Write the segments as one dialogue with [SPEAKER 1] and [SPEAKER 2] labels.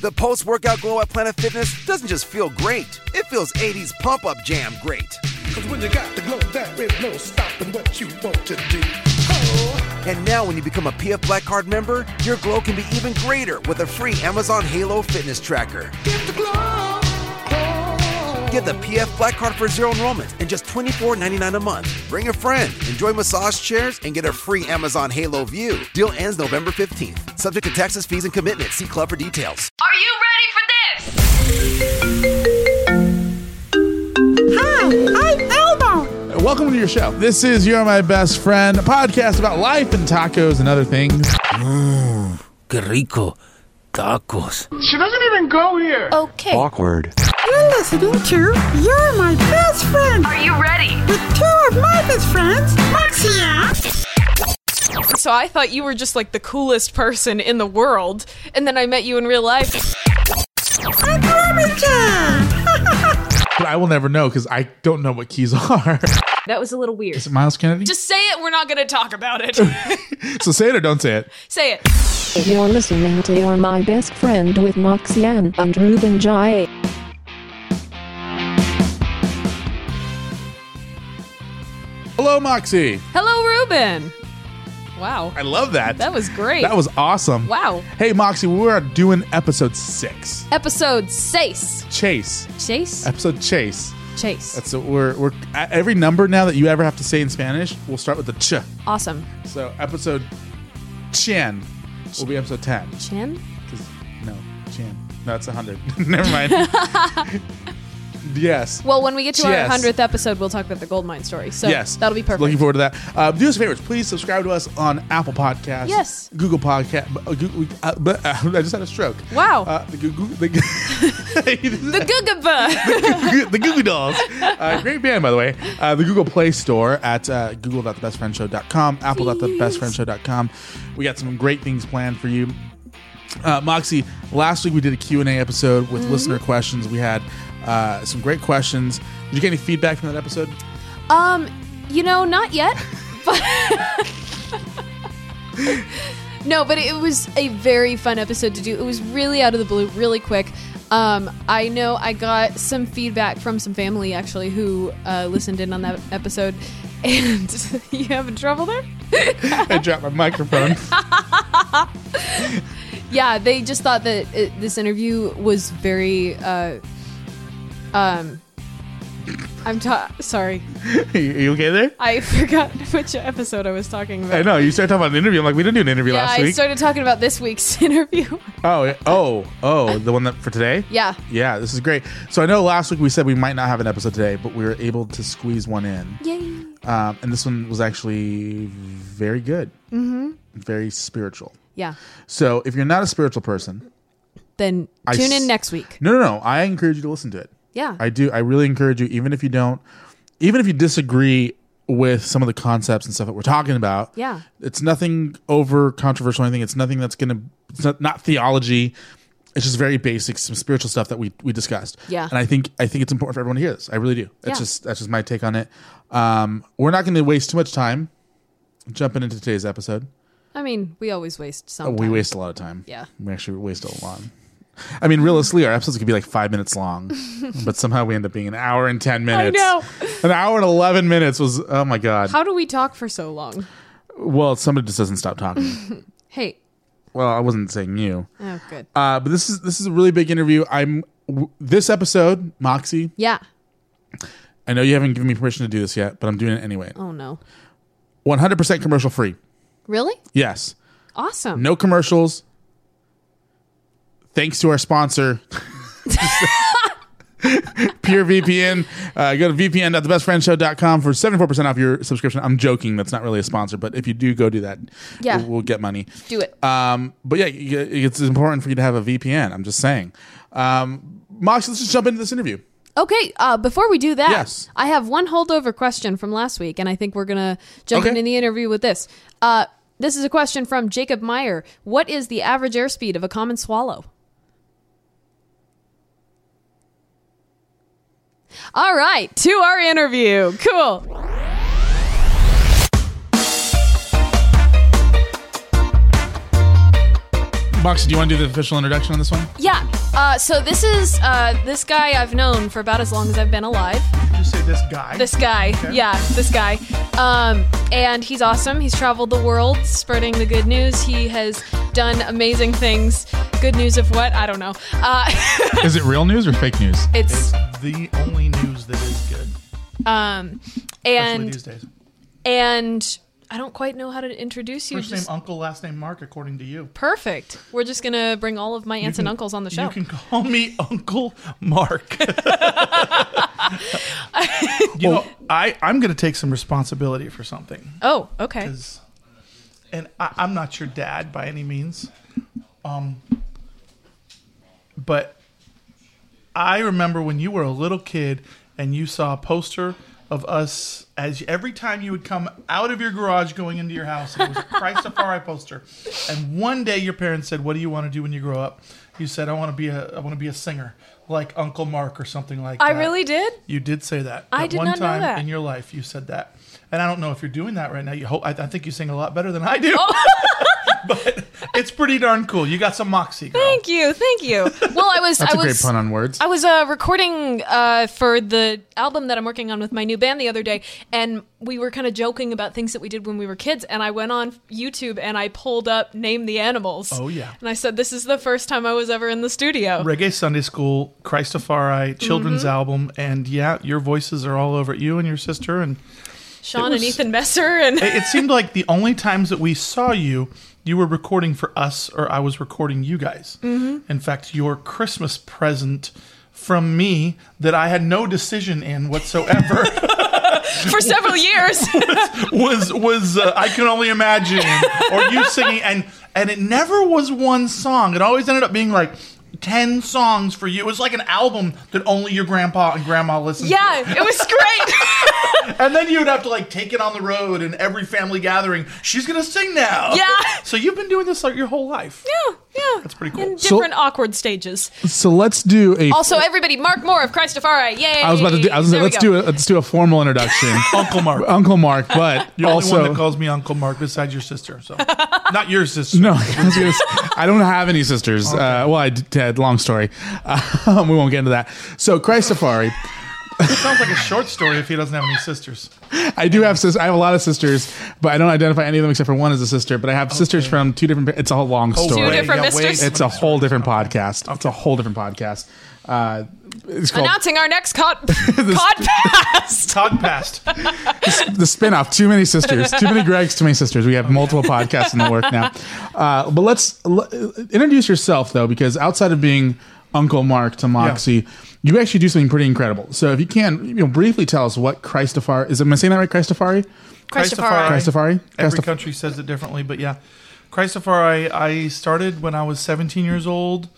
[SPEAKER 1] The post workout glow at Planet Fitness doesn't just feel great, it feels 80s pump up jam great.
[SPEAKER 2] Cause when you got the glow, there is no stopping what you want to do. Oh,
[SPEAKER 1] And now, when you become a PF Black Card member, your glow can be even greater with a free Amazon Halo fitness tracker.
[SPEAKER 2] get the glow. Oh,
[SPEAKER 1] Get the PF Black Card for zero enrollment and just $24.99 a month. Bring a friend, enjoy massage chairs, and get a free Amazon Halo View. Deal ends November 15th. Subject to taxes, fees, and commitment. See Club for details.
[SPEAKER 3] Are you ready for this?
[SPEAKER 4] Hi, I'm Elmo.
[SPEAKER 5] Welcome to your show. This is You're My Best Friend, a podcast about life and tacos and other things.
[SPEAKER 6] Qué rico. Tacos.
[SPEAKER 4] Okay. Awkward. You're listening to You're My Best Friend
[SPEAKER 3] Are you ready?
[SPEAKER 4] with two of my best friends, Moxia.
[SPEAKER 7] So I thought you were just like the coolest person in the world, and then I met you in real life.
[SPEAKER 4] and Robertson.
[SPEAKER 5] But I will never know because I don't know what keys are.
[SPEAKER 8] That was a little weird.
[SPEAKER 5] Is it Miles Kennedy?
[SPEAKER 7] Just say it, we're not gonna talk about it.
[SPEAKER 5] so say it or don't say it.
[SPEAKER 7] say it.
[SPEAKER 9] You're listening to You're My Best Friend with Moxian and Ruben Jai.
[SPEAKER 5] Hello, Moxie.
[SPEAKER 7] Hello, Ruben. Wow.
[SPEAKER 5] I love that.
[SPEAKER 7] That was great.
[SPEAKER 5] That was awesome.
[SPEAKER 7] Wow.
[SPEAKER 5] Hey, Moxie, we're doing episode six.
[SPEAKER 7] Episode Chase.
[SPEAKER 5] Chase.
[SPEAKER 7] Chase?
[SPEAKER 5] Episode Chase.
[SPEAKER 7] Chase.
[SPEAKER 5] That's what we're, we're at every number now that you ever have to say in Spanish, we'll start with the ch.
[SPEAKER 7] awesome.
[SPEAKER 5] So episode Chin will be episode 10.
[SPEAKER 7] Chin?
[SPEAKER 5] 'Cause- No, Chin. No, it's 100. Never mind. yes.
[SPEAKER 7] Well, when we get to
[SPEAKER 5] Yes.
[SPEAKER 7] our 100th episode, we'll talk about the gold mine story. So
[SPEAKER 5] yes.
[SPEAKER 7] that'll be perfect.
[SPEAKER 5] Looking forward to that. Uh, do us a favor. Please subscribe to us on Apple Podcasts.
[SPEAKER 7] Yes.
[SPEAKER 5] Google Podcast. Uh, Google, uh, but, uh, I just had a stroke.
[SPEAKER 7] Wow.
[SPEAKER 5] Uh, the Google. The, the
[SPEAKER 7] the Gugaba.
[SPEAKER 5] the Goo Goo Dolls. Uh, great band, by the way. Uh, the Google Play Store at uh, google.thebestfriendshow.com, apple.thebestfriendshow.com. We got some great things planned for you. Uh, Moxie, last week we did a Q&A episode with listener questions. We had uh, some great questions. Did you get any feedback from that episode?
[SPEAKER 7] um, you know, not yet, but. No, but it was a very fun episode to do. It was really out of the blue, really quick. Um, I know I got some feedback from some family actually who uh, listened in on that episode. And you having trouble there?
[SPEAKER 5] I dropped my microphone.
[SPEAKER 7] Yeah, they just thought that it, this interview was very. Uh, um, I'm ta- sorry.
[SPEAKER 5] you, you okay there?
[SPEAKER 7] I forgot which episode I was talking about.
[SPEAKER 5] I know. You started talking about an interview. I'm like, we didn't do an interview
[SPEAKER 7] Yeah,
[SPEAKER 5] last
[SPEAKER 7] I
[SPEAKER 5] week.
[SPEAKER 7] started talking about this week's interview.
[SPEAKER 5] oh, yeah. oh, oh, the one that for today?
[SPEAKER 7] yeah.
[SPEAKER 5] Yeah, this is great. So I know last week we said we might not have an episode today, but we were able to squeeze one in.
[SPEAKER 7] Yay.
[SPEAKER 5] Um, and this one was actually very good, mm-hmm. very spiritual.
[SPEAKER 7] Yeah.
[SPEAKER 5] So if you're not a spiritual person,
[SPEAKER 7] Then
[SPEAKER 5] I
[SPEAKER 7] tune
[SPEAKER 5] s-
[SPEAKER 7] in next week.
[SPEAKER 5] no, no, no, I encourage you to listen to it.
[SPEAKER 7] Yeah.
[SPEAKER 5] I do. I really encourage you, even if you don't, even if you disagree with some of the concepts and stuff that we're talking about.
[SPEAKER 7] Yeah.
[SPEAKER 5] It's nothing over controversial or anything. It's nothing that's going to, it's not, not theology. It's just very basic, some spiritual stuff that we, we discussed.
[SPEAKER 7] Yeah.
[SPEAKER 5] And I think, I think it's important for everyone to hear this. I really do. That's
[SPEAKER 7] Yeah.
[SPEAKER 5] just, that's just my take on it. Um, we're not going to waste too much time jumping into today's episode.
[SPEAKER 7] I mean, we always waste some.
[SPEAKER 5] Oh, we
[SPEAKER 7] time.
[SPEAKER 5] waste a lot of time.
[SPEAKER 7] Yeah.
[SPEAKER 5] We actually waste a lot. I mean, realistically, our episodes could be like five minutes long, but somehow we end up being an hour and 10 minutes.
[SPEAKER 7] know.
[SPEAKER 5] An hour and 11 minutes was, oh my God.
[SPEAKER 7] How do we talk for so long?
[SPEAKER 5] well, somebody just doesn't stop talking.
[SPEAKER 7] Hey.
[SPEAKER 5] well, I wasn't saying you.
[SPEAKER 7] Oh, good.
[SPEAKER 5] Uh, but this is this is a really big interview. I'm w- this episode, Moxie.
[SPEAKER 7] yeah.
[SPEAKER 5] I know you haven't given me permission to do this yet, but I'm doing it anyway.
[SPEAKER 7] Oh no.
[SPEAKER 5] 100% commercial free.
[SPEAKER 7] Really?
[SPEAKER 5] Yes,
[SPEAKER 7] Awesome.
[SPEAKER 5] no commercials. Thanks to our sponsor, Pure VPN. Uh, go to vpn.thebestfriendshow.com for 74% off your subscription. I'm joking. That's not really a sponsor, but if you do go do that,
[SPEAKER 7] Yeah.
[SPEAKER 5] we'll, we'll get money.
[SPEAKER 7] Do it.
[SPEAKER 5] Um, but yeah, you- it's important for you to have a VPN. I'm just saying. Um, Mox, let's just jump into this interview.
[SPEAKER 7] Okay, uh, before we do that,
[SPEAKER 5] Yes.
[SPEAKER 7] I have one holdover question from last week, and I think we're going to jump
[SPEAKER 5] Okay.
[SPEAKER 7] into the interview with this. Uh, this is a question from Jacob Meyer. What is the average airspeed of a common swallow? All right, to our interview. Cool.
[SPEAKER 5] Moxie, do you want to do the official introduction on this one?
[SPEAKER 7] Yeah. Uh, so this is uh, this guy I've known for about as long as I've been alive.
[SPEAKER 5] You say this guy.
[SPEAKER 7] This guy. Yeah, this guy. Um, and he's awesome. He's traveled the world spreading the good news. He has done amazing things. Good news of what? I don't know. Uh,
[SPEAKER 5] Is it real news or fake news?
[SPEAKER 7] it's
[SPEAKER 8] The only news that is good.
[SPEAKER 7] um
[SPEAKER 8] Especially
[SPEAKER 7] and
[SPEAKER 8] these days.
[SPEAKER 7] and I don't quite know how to introduce you.
[SPEAKER 8] First
[SPEAKER 7] Just
[SPEAKER 8] name Um, Uncle, last name Mark, according to you.
[SPEAKER 7] perfect. We're just gonna bring all of my aunts and
[SPEAKER 8] can-
[SPEAKER 7] uncles on the show.
[SPEAKER 8] You can call me Uncle Mark. you know, I, I'm going to take some responsibility for something.
[SPEAKER 7] oh, okay.
[SPEAKER 8] 'cause- and I, I'm not your dad by any means. Um, but I remember when you were a little kid and you saw a poster of us as every time you would come out of your garage going into your house, it was a Christ of Fari poster. And one day your parents said, "What do you want to do when you grow up?" You said, "I want to be a I want to be a singer, like Uncle Mark or something like
[SPEAKER 7] I
[SPEAKER 8] that."
[SPEAKER 7] really did.
[SPEAKER 8] You did say that.
[SPEAKER 7] I
[SPEAKER 8] At
[SPEAKER 7] did
[SPEAKER 8] one
[SPEAKER 7] not know
[SPEAKER 8] time
[SPEAKER 7] that.
[SPEAKER 8] in your life, you said that, and I don't know if you're doing that right now. You hope I, I think you sing a lot better than I do,
[SPEAKER 7] Oh.
[SPEAKER 8] but it's pretty darn cool. You got some moxie, girl.
[SPEAKER 7] Thank you, thank you. Well, I was.
[SPEAKER 5] That's
[SPEAKER 7] I
[SPEAKER 5] a
[SPEAKER 7] was,
[SPEAKER 5] great pun on words.
[SPEAKER 7] I was uh, recording uh, for the album that I'm working on with my new band the other day, and we were kind of joking about things that we did when we were kids. And I went on YouTube and I pulled up "Name the Animals."
[SPEAKER 8] Oh, yeah.
[SPEAKER 7] and I said, "This is the first time I was ever in the studio."
[SPEAKER 8] Reggae Sunday School, Christafari, children's
[SPEAKER 7] Mm-hmm.
[SPEAKER 8] album, and yeah, your voices are all over it. You and your sister, and
[SPEAKER 7] Sean
[SPEAKER 8] It
[SPEAKER 7] and
[SPEAKER 8] was-
[SPEAKER 7] Ethan Messer, and
[SPEAKER 8] it, it seemed like the only times that we saw you, you were recording for us, or I was recording you guys. Mm-hmm. In fact, your Christmas present from me that I had no decision in whatsoever.
[SPEAKER 7] for several years.
[SPEAKER 8] was was uh, I can only imagine, or you singing, and and it never was one song. It always ended up being like ten songs for you. It was like an album that only your grandpa and grandma listened
[SPEAKER 7] yeah, it was great.
[SPEAKER 8] to. And then you would have to like take it on the road and every family gathering. She's gonna sing now.
[SPEAKER 7] Yeah.
[SPEAKER 8] So you've been doing this like your whole life.
[SPEAKER 7] yeah, yeah,
[SPEAKER 8] That's pretty cool.
[SPEAKER 7] In
[SPEAKER 5] So-
[SPEAKER 7] different awkward stages.
[SPEAKER 5] So let's do a.
[SPEAKER 7] Also, everybody, Mark Moore of Christafari. Yay!
[SPEAKER 5] I was about to do. I was gonna say,
[SPEAKER 7] There we
[SPEAKER 5] let's
[SPEAKER 7] go.
[SPEAKER 5] do a, let's do a formal introduction,
[SPEAKER 8] Uncle Mark.
[SPEAKER 5] Uncle Mark. But
[SPEAKER 8] You're the only one
[SPEAKER 5] Uh, also,
[SPEAKER 8] that calls me Uncle Mark besides your sister. So not your sister.
[SPEAKER 5] no, I, was gonna say, I don't have any sisters. Uh, well, I did. Long story. Um, we won't get into that. So, Christafari.
[SPEAKER 8] It sounds like a short story if he doesn't have any sisters.
[SPEAKER 5] I do have sis. I have a lot of sisters, but I don't identify any of them except for one as a sister. But I have sisters from two different. pa- It's a whole long story.
[SPEAKER 7] Two different
[SPEAKER 8] Yeah, wait.
[SPEAKER 7] misters.
[SPEAKER 5] It's a whole different podcast. It's a whole different podcast. Uh, it's called
[SPEAKER 7] Announcing our next cod, podcast.
[SPEAKER 8] Todd passed.
[SPEAKER 5] the spinoff. Too many sisters. Too many Gregs. Too many sisters. We have multiple podcasts in the work now. Uh, but let's l- introduce yourself though, because outside of being Uncle Mark to Moxie, you actually do something pretty incredible. So if you can, you know, briefly tell us what Christafari is. Am I saying that right? Christafari.
[SPEAKER 7] Christafari.
[SPEAKER 5] Christafari?
[SPEAKER 8] Every
[SPEAKER 5] Christaf-
[SPEAKER 8] country says it differently, but yeah. Christafari, I started when I was 17 years old.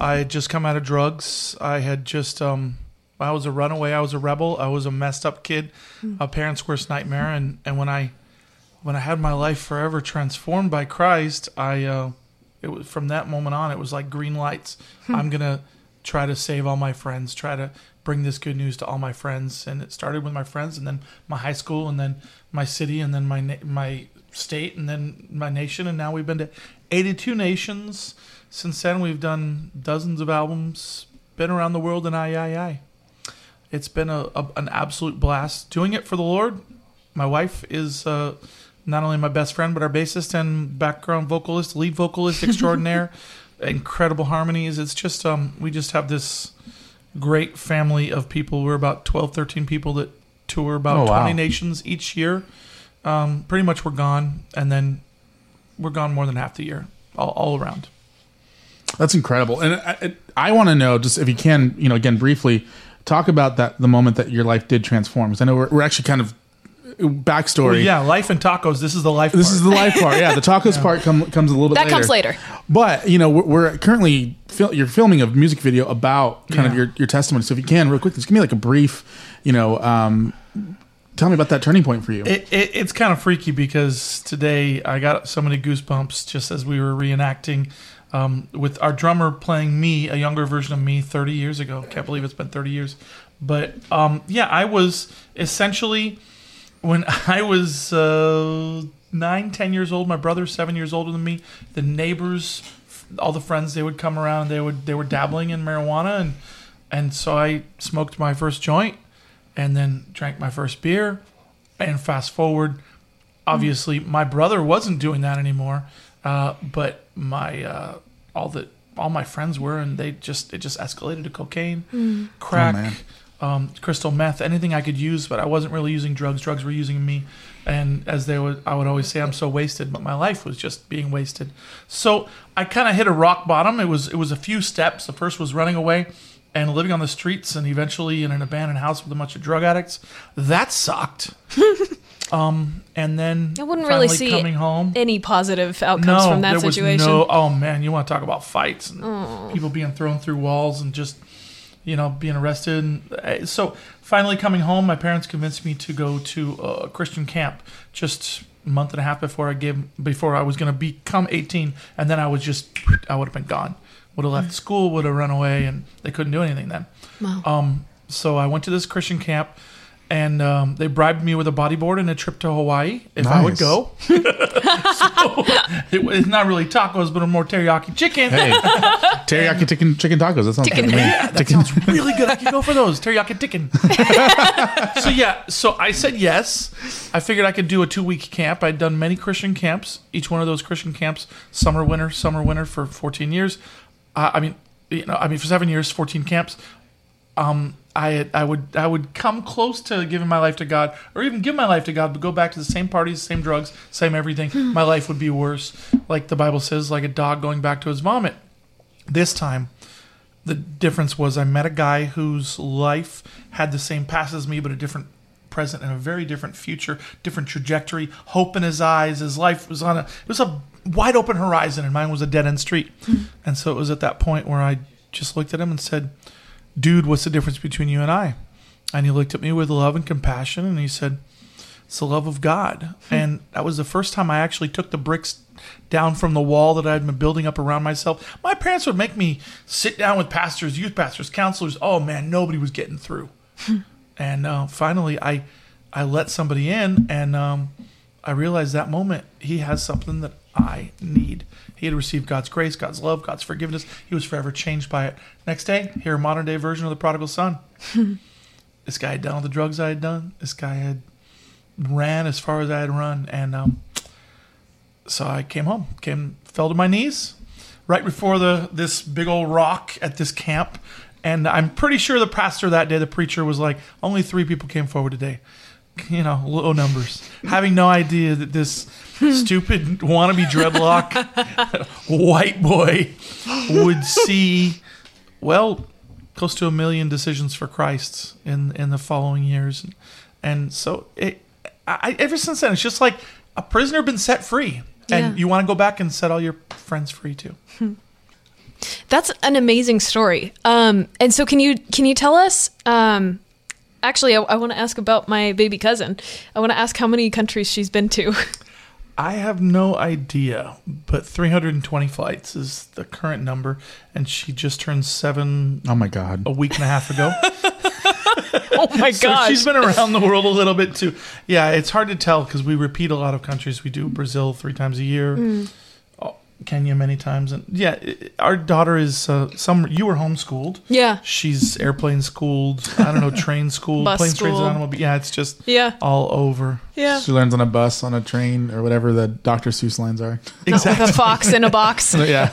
[SPEAKER 8] I had just come out of drugs. I had just, um, I was a runaway. I was a rebel. I was a messed up kid, a parent's worst nightmare. And, and when I, when I had my life forever transformed by Christ, I, uh, it was from that moment on, it was like green lights. I'm going to try to save all my friends, try to bring this good news to all my friends. And it started with my friends and then my high school and then my city and then my, na- my state and then my nation. And now we've been to 82 nations. Since then, we've done dozens of albums, been around the world and I, I, I. It's been a, a, an absolute blast doing it for the Lord. My wife is uh, not only my best friend, but our bassist and background vocalist, lead vocalist extraordinaire. Incredible harmonies. It's just, um, we just have this great family of people. We're about 12, 13 people that tour about
[SPEAKER 5] Oh, wow.
[SPEAKER 8] 20 nations each year. Um, pretty much we're gone, and then we're gone more than half the year, all, all around.
[SPEAKER 5] That's incredible, and I, I want to know just if you can, you know, again briefly, talk about that the moment that your life did transform. Because I know we're, we're actually kind of backstory.
[SPEAKER 8] Well, yeah, life and tacos. This is the life.
[SPEAKER 5] this
[SPEAKER 8] part.
[SPEAKER 5] is the life part. Yeah, the tacos part come, comes a little bit.
[SPEAKER 7] That
[SPEAKER 5] later.
[SPEAKER 7] comes later.
[SPEAKER 5] But you know, we're, we're currently fil- you're filming a music video about kind of
[SPEAKER 8] Yeah.
[SPEAKER 5] your, your testimony. So if you can, real quick, just give me like a brief, you know, um, tell me about that turning point for you.
[SPEAKER 8] It, it, it's kind of freaky because today I got so many goosebumps just as we were reenacting um, with our drummer playing me, a younger version of me 30 years ago. Can't believe it's been 30 years. But um, yeah, I was essentially when I was uh, nine, ten years old, my brother's seven years older than me, the neighbors, all the friends they would come around. They would they were dabbling in marijuana, and and so I smoked my first joint, and then drank my first beer, and fast forward, obviously my brother wasn't doing that anymore, uh, but my uh, all the all my friends were, and they just it just escalated to cocaine, crack
[SPEAKER 5] man.
[SPEAKER 8] um, crystal meth, anything I could use, but I wasn't really using drugs. Drugs were using me. And as they would, I would always say, I'm so wasted, but my life was just being wasted. So I kind of hit a rock bottom. It was, it was a few steps. The first was running away and living on the streets and eventually in an abandoned house with a bunch of drug addicts. That sucked. um, and then
[SPEAKER 7] I wouldn't really
[SPEAKER 8] finally
[SPEAKER 7] see
[SPEAKER 8] coming home
[SPEAKER 7] any positive outcomes from that
[SPEAKER 8] there
[SPEAKER 7] situation.
[SPEAKER 8] Was no, oh man, you want to talk about fights and people being thrown through walls and just you know being arrested. And, uh, so finally coming home, my parents convinced me to go to a Christian camp just a month and a half before I gave before I was going to become 18, and then I was just I would have been gone, would have
[SPEAKER 7] Mm.
[SPEAKER 8] left school, would have run away, and they couldn't do anything then. Um, so I went to this Christian camp. And um, they bribed me with a bodyboard and a trip to Hawaii if I would
[SPEAKER 5] Nice.
[SPEAKER 8] go. It, it's not really tacos, but a more teriyaki chicken.
[SPEAKER 5] Hey, teriyaki chicken chicken tacos. That sounds
[SPEAKER 7] Chicken.
[SPEAKER 5] good.
[SPEAKER 7] Yeah,
[SPEAKER 5] that chicken. sounds
[SPEAKER 8] really good. I could go for those teriyaki chicken. so yeah, so I said yes. I figured I could do a two week camp. I'd done many Christian camps. Each one of those Christian camps, summer, winter, summer, winter for 14 years. Uh, I mean, you know, I mean for seven years, 14 camps. Um, I I would I would come close to giving my life to God, or even give my life to God, but go back to the same parties, same drugs, same everything. my life would be worse, like the Bible says, like a dog going back to his vomit. This time, the difference was I met a guy whose life had the same past as me, but a different present and a very different future, different trajectory, hope in his eyes. His life was on a it was a wide open horizon, and mine was a dead end street. and so it was at that point where I just looked at him and said, "Dude, what's the difference between you and I?" And he looked at me with love and compassion, and he said, it's the love of God. And that was the first time I actually took the bricks down from the wall that I'd been building up around myself. My parents would make me sit down with pastors, youth pastors, counselors. Oh man, nobody was getting through. and uh, finally, I I let somebody in, and um, I realized that moment he has something that I need. He had received God's grace, God's love, God's forgiveness. He was forever changed by it. Next day, hear a modern day version of the prodigal son. this guy had done all the drugs I had done. This guy had ran as far as I had run, and um, so I came home, came, fell to my knees, right before the this big old rock at this camp, and I'm pretty sure the pastor that day, the preacher, was like, only three people came forward today, you know, low numbers, having no idea that this stupid wannabe dreadlock white boy would see, well, close to a million decisions for Christ in in the following years, and so it. I, I- ever since then, it's just like a prisoner been set free,
[SPEAKER 7] Yeah.
[SPEAKER 8] and you want to go back and set all your friends free too.
[SPEAKER 7] That's an amazing story. Um, and so can you can you tell us? Um, actually, I, I want to ask about my baby cousin. I want to ask how many countries she's been to.
[SPEAKER 8] I have no idea, but 320 flights is the current number, and she just turned seven
[SPEAKER 5] Oh my god.
[SPEAKER 8] a week and a half ago.
[SPEAKER 7] oh my
[SPEAKER 8] so she's been around the world a little bit too. Yeah, it's hard to tell because we repeat a lot of countries. We do Brazil three times a year,
[SPEAKER 7] Mm.
[SPEAKER 8] oh, Kenya many times, and yeah, i our daughter is uh, some. You were homeschooled.
[SPEAKER 7] Yeah.
[SPEAKER 8] she's airplane schooled. I don't know, train schooled,
[SPEAKER 7] Bus
[SPEAKER 8] plane trains and
[SPEAKER 7] schooled.
[SPEAKER 8] automobile. Yeah, it's just
[SPEAKER 7] Yeah.
[SPEAKER 8] all over.
[SPEAKER 7] yeah,
[SPEAKER 5] She learns on a bus, on a train, or whatever the Dr. Seuss lines are.
[SPEAKER 7] not with a fox in a box.
[SPEAKER 5] yeah.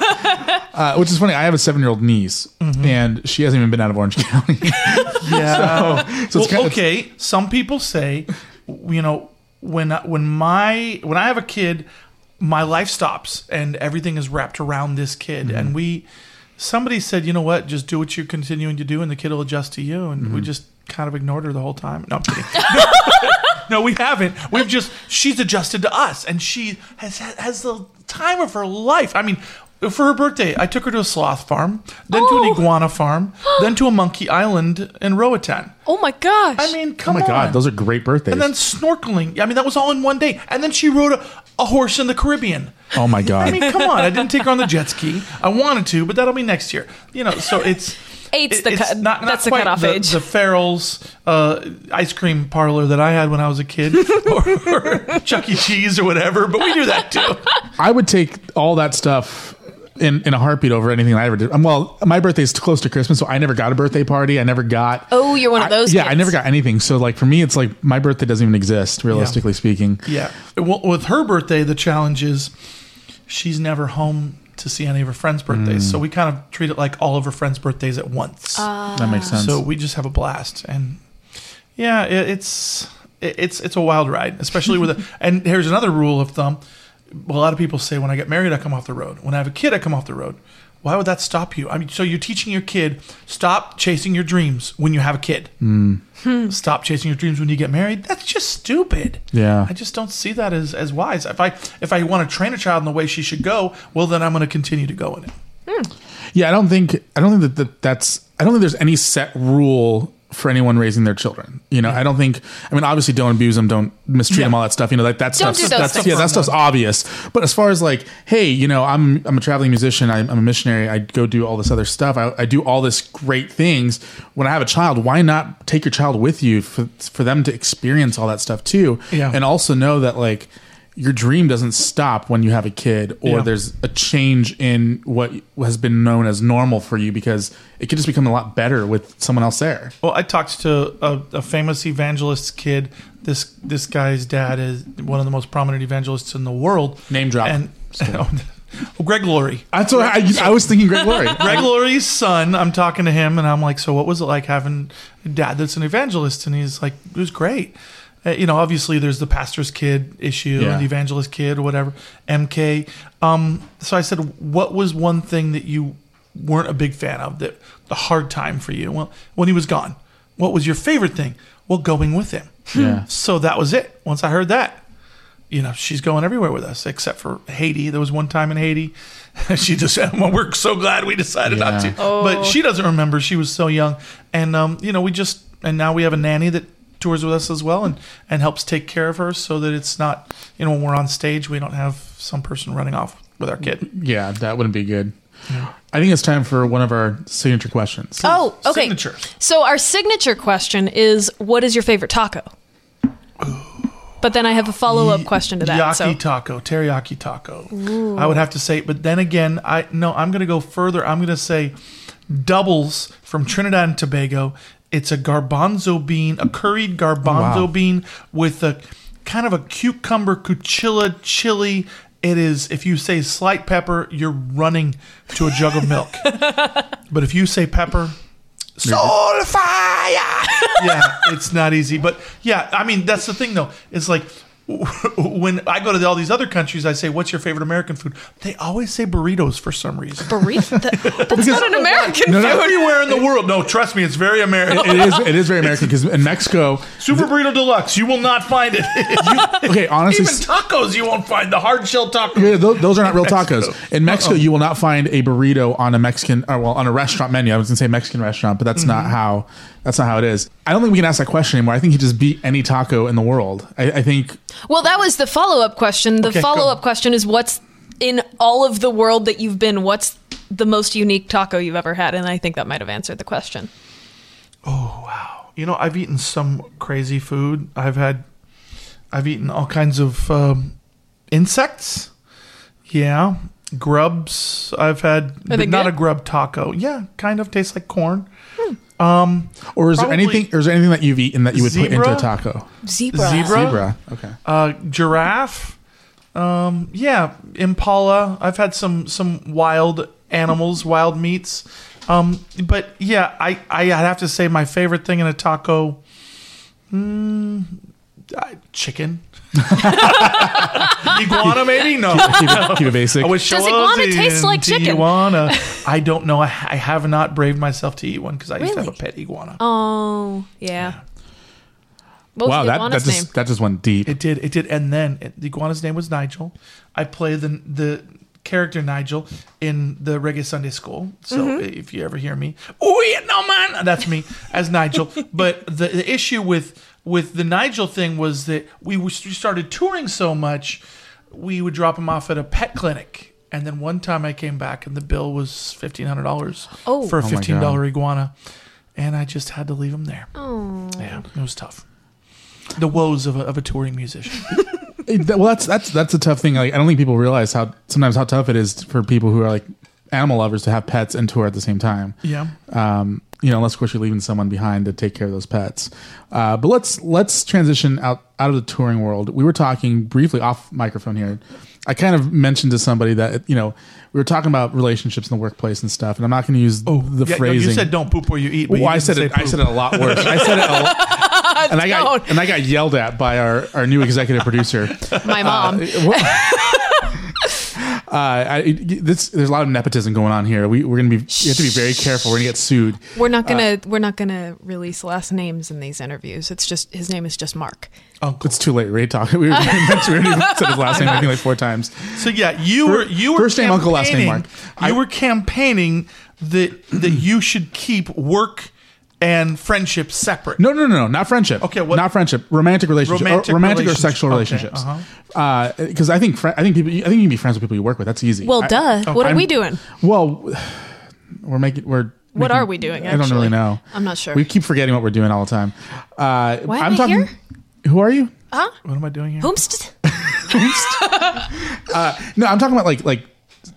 [SPEAKER 5] uh, which is funny. I have a seven-year-old niece, and she hasn't even been out of Orange County.
[SPEAKER 8] Yeah.
[SPEAKER 5] so it's
[SPEAKER 8] well,
[SPEAKER 5] kind of
[SPEAKER 8] okay. Some people say, you know, when when my when I have a kid, my life stops and everything is wrapped around this kid.
[SPEAKER 5] Mm-hmm.
[SPEAKER 8] And we, somebody said, you know what, just do what you're continuing to do, and the kid will adjust to you. And
[SPEAKER 5] Mm-hmm.
[SPEAKER 8] we just kind of ignored her the whole time. No, I'm kidding. no, we haven't. We've just she's adjusted to us, and she has has the time of her life. I mean. For her birthday, I took her to a sloth farm, then to an
[SPEAKER 7] Oh.
[SPEAKER 8] iguana farm, then to a monkey island in Roatan.
[SPEAKER 7] Oh my gosh!
[SPEAKER 8] I mean,
[SPEAKER 5] Oh
[SPEAKER 8] come
[SPEAKER 5] my
[SPEAKER 8] on.
[SPEAKER 5] god, those are great birthdays.
[SPEAKER 8] and then snorkeling. I mean, that was all in one day. And then she rode a, a horse in the Caribbean.
[SPEAKER 5] oh my
[SPEAKER 8] I
[SPEAKER 5] god.
[SPEAKER 8] mean, come on. I didn't take her on the jet ski. I wanted to, but that'll be next year. You know, so it's.
[SPEAKER 7] Eight's the cut- that's the
[SPEAKER 8] quite
[SPEAKER 7] cutoff
[SPEAKER 8] the,
[SPEAKER 7] age.
[SPEAKER 8] The Farrell's uh, ice cream parlor that I had when I was a kid, or, or Chuck E. Cheese or whatever, but we do that too.
[SPEAKER 5] I would take all that stuff in, in a heartbeat over anything I ever did. Um, well, my birthday's close to Christmas, so I never got a birthday party. I never got.
[SPEAKER 7] Oh, you're one of
[SPEAKER 5] I-
[SPEAKER 7] those
[SPEAKER 5] yeah, I
[SPEAKER 7] kids.
[SPEAKER 5] never got anything. So like for me, it's like my birthday doesn't even exist, realistically speaking.
[SPEAKER 8] Yeah. Well, with her birthday, the challenge is she's never home to see any of her friends'
[SPEAKER 5] Mm.
[SPEAKER 8] birthdays. So we kind of treat it like all of her friends' birthdays at once.
[SPEAKER 7] Ah.
[SPEAKER 5] That makes sense.
[SPEAKER 8] so we just have a blast, and yeah, it, it's it, it's it's a wild ride, especially with. A, and here's another rule of thumb: a lot of people say, "When I get married, I come off the road. When I have a kid, I come off the road." Why would that stop you? I mean, so you're teaching your kid stop chasing your dreams when you have a kid.
[SPEAKER 5] Mm.
[SPEAKER 8] Stop chasing your dreams when you get married. That's just stupid.
[SPEAKER 5] Yeah.
[SPEAKER 8] I just don't see that as, as wise. If I if I want to train a child in the way she should go, well then I'm going to continue to go in it.
[SPEAKER 5] yeah, I don't think I don't think that, that that's I don't think there's any set rule for anyone raising their children. You know, I don't think. I mean, obviously, don't abuse them, don't mistreat them, all that stuff. You know, like that
[SPEAKER 7] Don't
[SPEAKER 5] stuff.
[SPEAKER 7] do those
[SPEAKER 5] That's
[SPEAKER 7] things.
[SPEAKER 5] yeah, that stuff's obvious. But as far as like, hey, you know, I'm I'm a traveling musician. I'm, I'm a missionary. I go do all this other stuff. I, I do all this great things. When I have a child, why not take your child with you for for them to experience all that stuff too?
[SPEAKER 8] Yeah.
[SPEAKER 5] and also know that like. Your dream doesn't stop when you have a kid, or
[SPEAKER 8] Yeah.
[SPEAKER 5] there's a change in what has been known as normal for you because it could just become a lot better with someone else there.
[SPEAKER 8] Well, I talked to a, a famous evangelist kid. This this guy's dad is one of the most prominent evangelists in the world.
[SPEAKER 5] Name drop.
[SPEAKER 8] And, Greg Laurie.
[SPEAKER 5] That's what I, I was thinking. Greg Laurie.
[SPEAKER 8] Greg Laurie's son. I'm talking to him, and I'm like, "So, what was it like having a dad that's an evangelist?" And he's like, "It was great." Uh, you know, obviously, there's the pastor's kid issue,
[SPEAKER 5] Yeah.
[SPEAKER 8] and the evangelist kid, or whatever. MK. Um, so I said, "What was one thing that you weren't a big fan of? That the hard time for you? Well, when he was gone, what was your favorite thing? Well, going with him.
[SPEAKER 5] Yeah.
[SPEAKER 8] So that was it. Once I heard that, you know, she's going everywhere with us except for Haiti. There was one time in Haiti, she just said, "Well, we're so glad we decided not
[SPEAKER 5] Yeah. Oh.
[SPEAKER 8] to." But she doesn't remember. She was so young, and um, you know, we just and now we have a nanny that tours with us as well and and helps take care of her so that it's not you know when we're on stage we don't have some person running off with our kid.
[SPEAKER 5] Yeah, that wouldn't be good. I think it's time for one of our signature questions.
[SPEAKER 7] Oh, okay.
[SPEAKER 8] Signature.
[SPEAKER 7] So our signature question is, what is your favorite taco? But then I have a follow up question to that.
[SPEAKER 8] Yaki
[SPEAKER 7] so
[SPEAKER 8] taco, teriyaki taco. I would have to say, but then again, I no, I'm going to go further. I'm going to say doubles from Trinidad and Tobago. It's a garbanzo bean, a curried garbanzo
[SPEAKER 5] wow.
[SPEAKER 8] bean with a kind of a cucumber cuchilla chili. It is if you say slight pepper, you're running to a jug of milk. but if you say pepper, soul fire. yeah, it's not easy, but yeah, I mean that's the thing though. It's like when I go to all these other countries, I say, "What's your favorite American food?" They always say burritos for some reason.
[SPEAKER 7] burrito. that- that's not an American
[SPEAKER 5] No, no.
[SPEAKER 7] food.
[SPEAKER 8] Everywhere in the world, no, trust me, it's very American.
[SPEAKER 5] It is. It is very American because in Mexico,
[SPEAKER 8] Super burrito deluxe, you will not find it.
[SPEAKER 5] okay, honestly,
[SPEAKER 8] Even tacos, you won't find the hard shell taco.
[SPEAKER 5] yeah, tho- those are not real tacos.
[SPEAKER 8] Mexico.
[SPEAKER 5] In Mexico, you will not find a burrito on a Mexican, or well, on a restaurant menu. I was going to say Mexican restaurant, but that's not
[SPEAKER 8] Mm-hmm.
[SPEAKER 5] how. That's not how it is. I don't think we can ask that question anymore. I think you just beat any taco in the world. I, I think
[SPEAKER 7] Well, that was the follow up question. The
[SPEAKER 8] Okay, go.
[SPEAKER 7] follow up question is, what's in all of the world that you've been? What's the most unique taco you've ever had? And I think that might have answered the question.
[SPEAKER 8] You know, I've eaten some crazy food. I've had, I've eaten all kinds of um, insects. Yeah, grubs. I've had,
[SPEAKER 7] Are they
[SPEAKER 8] but not
[SPEAKER 7] good?
[SPEAKER 8] a grub taco. Yeah, kind of tastes like corn.
[SPEAKER 5] Or is
[SPEAKER 8] Probably-
[SPEAKER 5] there anything? Or is there anything that you've eaten that you would put into
[SPEAKER 8] Zebra?
[SPEAKER 5] a taco?
[SPEAKER 7] Zebra.
[SPEAKER 8] Zebra?
[SPEAKER 5] Zebra. Okay.
[SPEAKER 8] Uh, giraffe. Um, yeah, impala. I've had some some wild animals, wild meats. Um, but yeah, I I would have to say my favorite thing in a taco. mm, I- chicken. Iguana, maybe no.
[SPEAKER 5] keep, it, keep it basic.
[SPEAKER 8] I wish
[SPEAKER 7] Does
[SPEAKER 8] I
[SPEAKER 7] iguana
[SPEAKER 8] was
[SPEAKER 7] taste
[SPEAKER 8] in
[SPEAKER 7] like chicken?
[SPEAKER 8] Tijuana. I don't know. I, I have not braved myself to eat one because I used to have a
[SPEAKER 7] Really?
[SPEAKER 8] pet iguana.
[SPEAKER 7] Oh, yeah. What
[SPEAKER 5] wow, that,
[SPEAKER 7] was the
[SPEAKER 5] that
[SPEAKER 7] iguana's
[SPEAKER 5] just
[SPEAKER 7] name?
[SPEAKER 5] that just went deep.
[SPEAKER 8] It did. It did. And then it, the iguana's name was Nigel. I play the the character Nigel in the Reggae Sunday School. So if you ever hear me, oh yeah, no man, that's me as Nigel. but the, the issue with with the Nigel thing was that we, was, we started touring so much, we would drop him off at a pet clinic. And then one time I came back and the bill was fifteen hundred dollars
[SPEAKER 7] Oh.
[SPEAKER 8] for a
[SPEAKER 7] Oh my
[SPEAKER 8] fifteen dollar iguana, and I just had to leave him there. Yeah, it was tough. The woes of a, of a touring musician.
[SPEAKER 5] It- that- well, that's that's that's a tough thing. Like I don't think people realize how sometimes how tough it is for people who are like animal lovers to have pets and tour at the same time.
[SPEAKER 8] Yeah.
[SPEAKER 5] Um, you know, unless of course you're leaving someone behind to take care of those pets. Uh, but let's let's transition out out of the touring world. We were talking briefly off microphone here. I kind of mentioned to somebody that you know we were talking about relationships in the workplace and stuff, and I'm not going to use Oh, the
[SPEAKER 8] Oh, Yeah, no,
[SPEAKER 5] phrasing.
[SPEAKER 8] You said don't poop where you eat.
[SPEAKER 5] Well,
[SPEAKER 8] But you
[SPEAKER 5] I
[SPEAKER 8] didn't
[SPEAKER 5] said
[SPEAKER 8] say
[SPEAKER 5] it. I
[SPEAKER 8] poop.
[SPEAKER 5] said it a lot worse. I said it, a lot, and I got and I got yelled at by our, our new executive producer.
[SPEAKER 7] My mom.
[SPEAKER 5] Uh, I, this there's a lot of nepotism going on here. We, we're gonna be you have to be very careful. We're gonna get sued.
[SPEAKER 7] we're not gonna we're not gonna release last names in these interviews. It's just his name is just Mark.
[SPEAKER 5] It's too late. We already talked. We already we already said his last name I think like four times.
[SPEAKER 8] So yeah, you were you were
[SPEAKER 5] first name, uncle, last name, Mark.
[SPEAKER 8] campaigning-
[SPEAKER 5] I-
[SPEAKER 8] You were campaigning that that you should keep work and friendship separate.
[SPEAKER 5] No, no, no, no, not friendship.
[SPEAKER 8] Okay, what-
[SPEAKER 5] not friendship. Romantic relationships,
[SPEAKER 8] Romantic
[SPEAKER 5] or, romantic or
[SPEAKER 8] relationship.
[SPEAKER 5] sexual
[SPEAKER 8] Okay, uh-huh.
[SPEAKER 5] relationships. Because I think fri- I think people I think you can be friends with people you work with. That's easy.
[SPEAKER 7] Well,
[SPEAKER 5] I-
[SPEAKER 7] duh. What are
[SPEAKER 5] I'm-
[SPEAKER 7] we doing?
[SPEAKER 5] Well, we're making we're.
[SPEAKER 7] What
[SPEAKER 5] making-
[SPEAKER 7] are we doing,
[SPEAKER 5] I don't really
[SPEAKER 7] actually?
[SPEAKER 5] know.
[SPEAKER 7] I'm not sure.
[SPEAKER 5] We keep forgetting what we're doing all the time. Uh,
[SPEAKER 7] Why am
[SPEAKER 5] I'm
[SPEAKER 7] I
[SPEAKER 5] talking.
[SPEAKER 7] here? Uh,
[SPEAKER 5] Who are you?
[SPEAKER 8] What am I doing here?
[SPEAKER 7] Boomst.
[SPEAKER 5] No, I'm talking about like like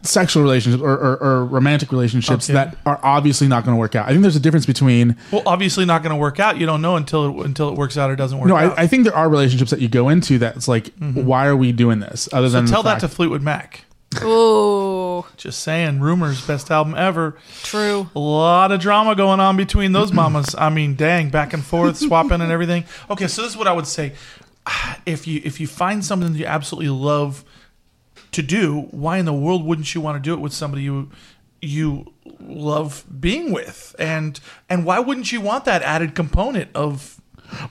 [SPEAKER 5] sexual relationships or, or, or romantic relationships
[SPEAKER 8] Okay.
[SPEAKER 5] that are obviously not going to work out. I think there's a difference between.
[SPEAKER 8] Well, obviously not going to work out. You don't know until it, until it works out or doesn't work
[SPEAKER 5] No,
[SPEAKER 8] out. Mm-hmm.
[SPEAKER 5] I, I think there are relationships that you go into that's like, why are we doing this? Other than
[SPEAKER 8] Tell
[SPEAKER 5] the
[SPEAKER 8] that
[SPEAKER 5] fact,
[SPEAKER 8] to Fleetwood Mac.
[SPEAKER 7] Oh,
[SPEAKER 8] Just saying, rumors, best album ever.
[SPEAKER 7] true.
[SPEAKER 8] A lot of drama going on between those mamas. I mean, dang, back and forth, swapping and everything. Okay, so this is what I would say: Ah, if you if you find something that you absolutely love to do, why in the world wouldn't you want to do it with somebody you you love being with? And and why wouldn't you want that added component of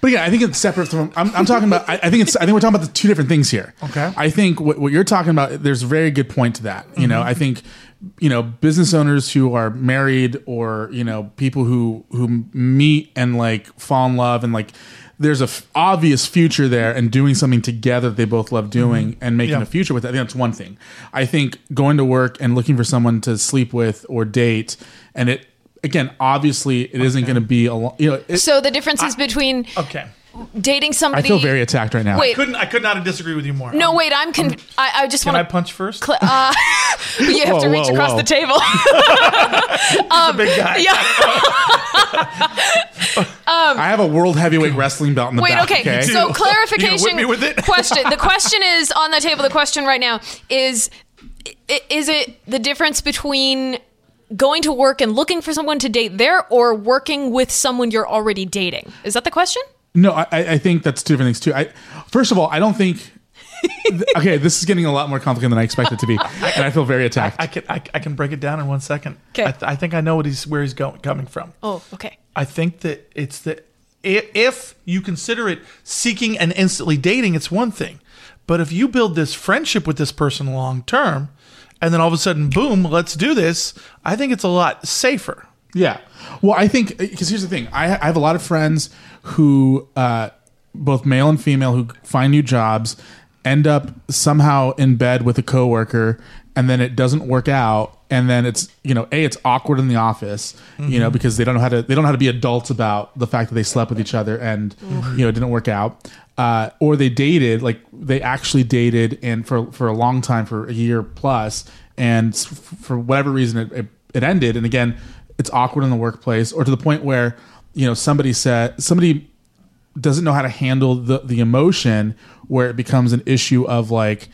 [SPEAKER 5] But again, I think it's separate from. I'm, I'm talking about. I, I think it's. I think we're talking about the two different things here.
[SPEAKER 8] Okay.
[SPEAKER 5] I think what, what you're talking about. There's a very good point to that. You
[SPEAKER 8] Mm-hmm.
[SPEAKER 5] know, I think, you know, business owners who are married or you know people who who meet and like fall in love and like there's a f- obvious future there and doing something together that they both love doing and making
[SPEAKER 8] Mm-hmm. Yeah.
[SPEAKER 5] a future with it. I think that's one thing. I think going to work and looking for someone to sleep with or date and it again obviously it not going to be a lo- you know it,
[SPEAKER 7] So the difference is between
[SPEAKER 8] okay?
[SPEAKER 7] dating
[SPEAKER 5] I
[SPEAKER 7] somebody.
[SPEAKER 5] feel very Um, attacked right now.
[SPEAKER 7] Wait, um,
[SPEAKER 8] Couldn't I could not disagree with you more. Um,
[SPEAKER 7] no, wait. I'm. Con- I, I just
[SPEAKER 8] Can I
[SPEAKER 7] want to.
[SPEAKER 8] punch first?
[SPEAKER 7] Cl- uh, you have to
[SPEAKER 5] Whoa,
[SPEAKER 7] reach
[SPEAKER 5] whoa,
[SPEAKER 7] across
[SPEAKER 5] whoa.
[SPEAKER 7] the table.
[SPEAKER 8] the big guy.
[SPEAKER 7] Um, yeah.
[SPEAKER 5] I have a world heavyweight wrestling belt in the
[SPEAKER 7] Wait.
[SPEAKER 5] back.
[SPEAKER 7] Okay.
[SPEAKER 5] okay?
[SPEAKER 7] So
[SPEAKER 8] You
[SPEAKER 7] clarification.
[SPEAKER 8] gonna whip me with it?
[SPEAKER 7] question. The question is on the table. The question right now is: i- Is it the difference between going to work and looking for someone to date there, or working with someone you're already dating? Is that the question?
[SPEAKER 5] no, I, I I think that's two different things too. I first of all, I don't think. th- okay, this is getting a lot more complicated than I expected it to be, and I feel very attacked.
[SPEAKER 8] I can I, I can break it down in one second.
[SPEAKER 7] 'Kay.
[SPEAKER 8] I, th- I think I know what he's where he's going coming from.
[SPEAKER 7] Oh, okay.
[SPEAKER 8] I think that it's the i- if you consider it seeking and instantly dating, it's one thing. But if you build this friendship with this person long term, and then all of a sudden, boom, let's do this. I think it's a lot safer.
[SPEAKER 5] Yeah. Well, I think because here's the thing. I, I have a lot of friends who, uh, both male and female, who find new jobs, end up somehow in bed with a coworker, and then it doesn't work out, and then it's you know a it's awkward in the office, you know because they don't know how to they don't know how to be adults about the fact that they slept with each other and you know it didn't work out. Uh, or they dated like they actually dated and for for a long time for a year plus and s- for whatever reason it, it, it ended and again it's awkward in the workplace or to the point where you know somebody said somebody doesn't know how to handle the the emotion where it becomes an issue of like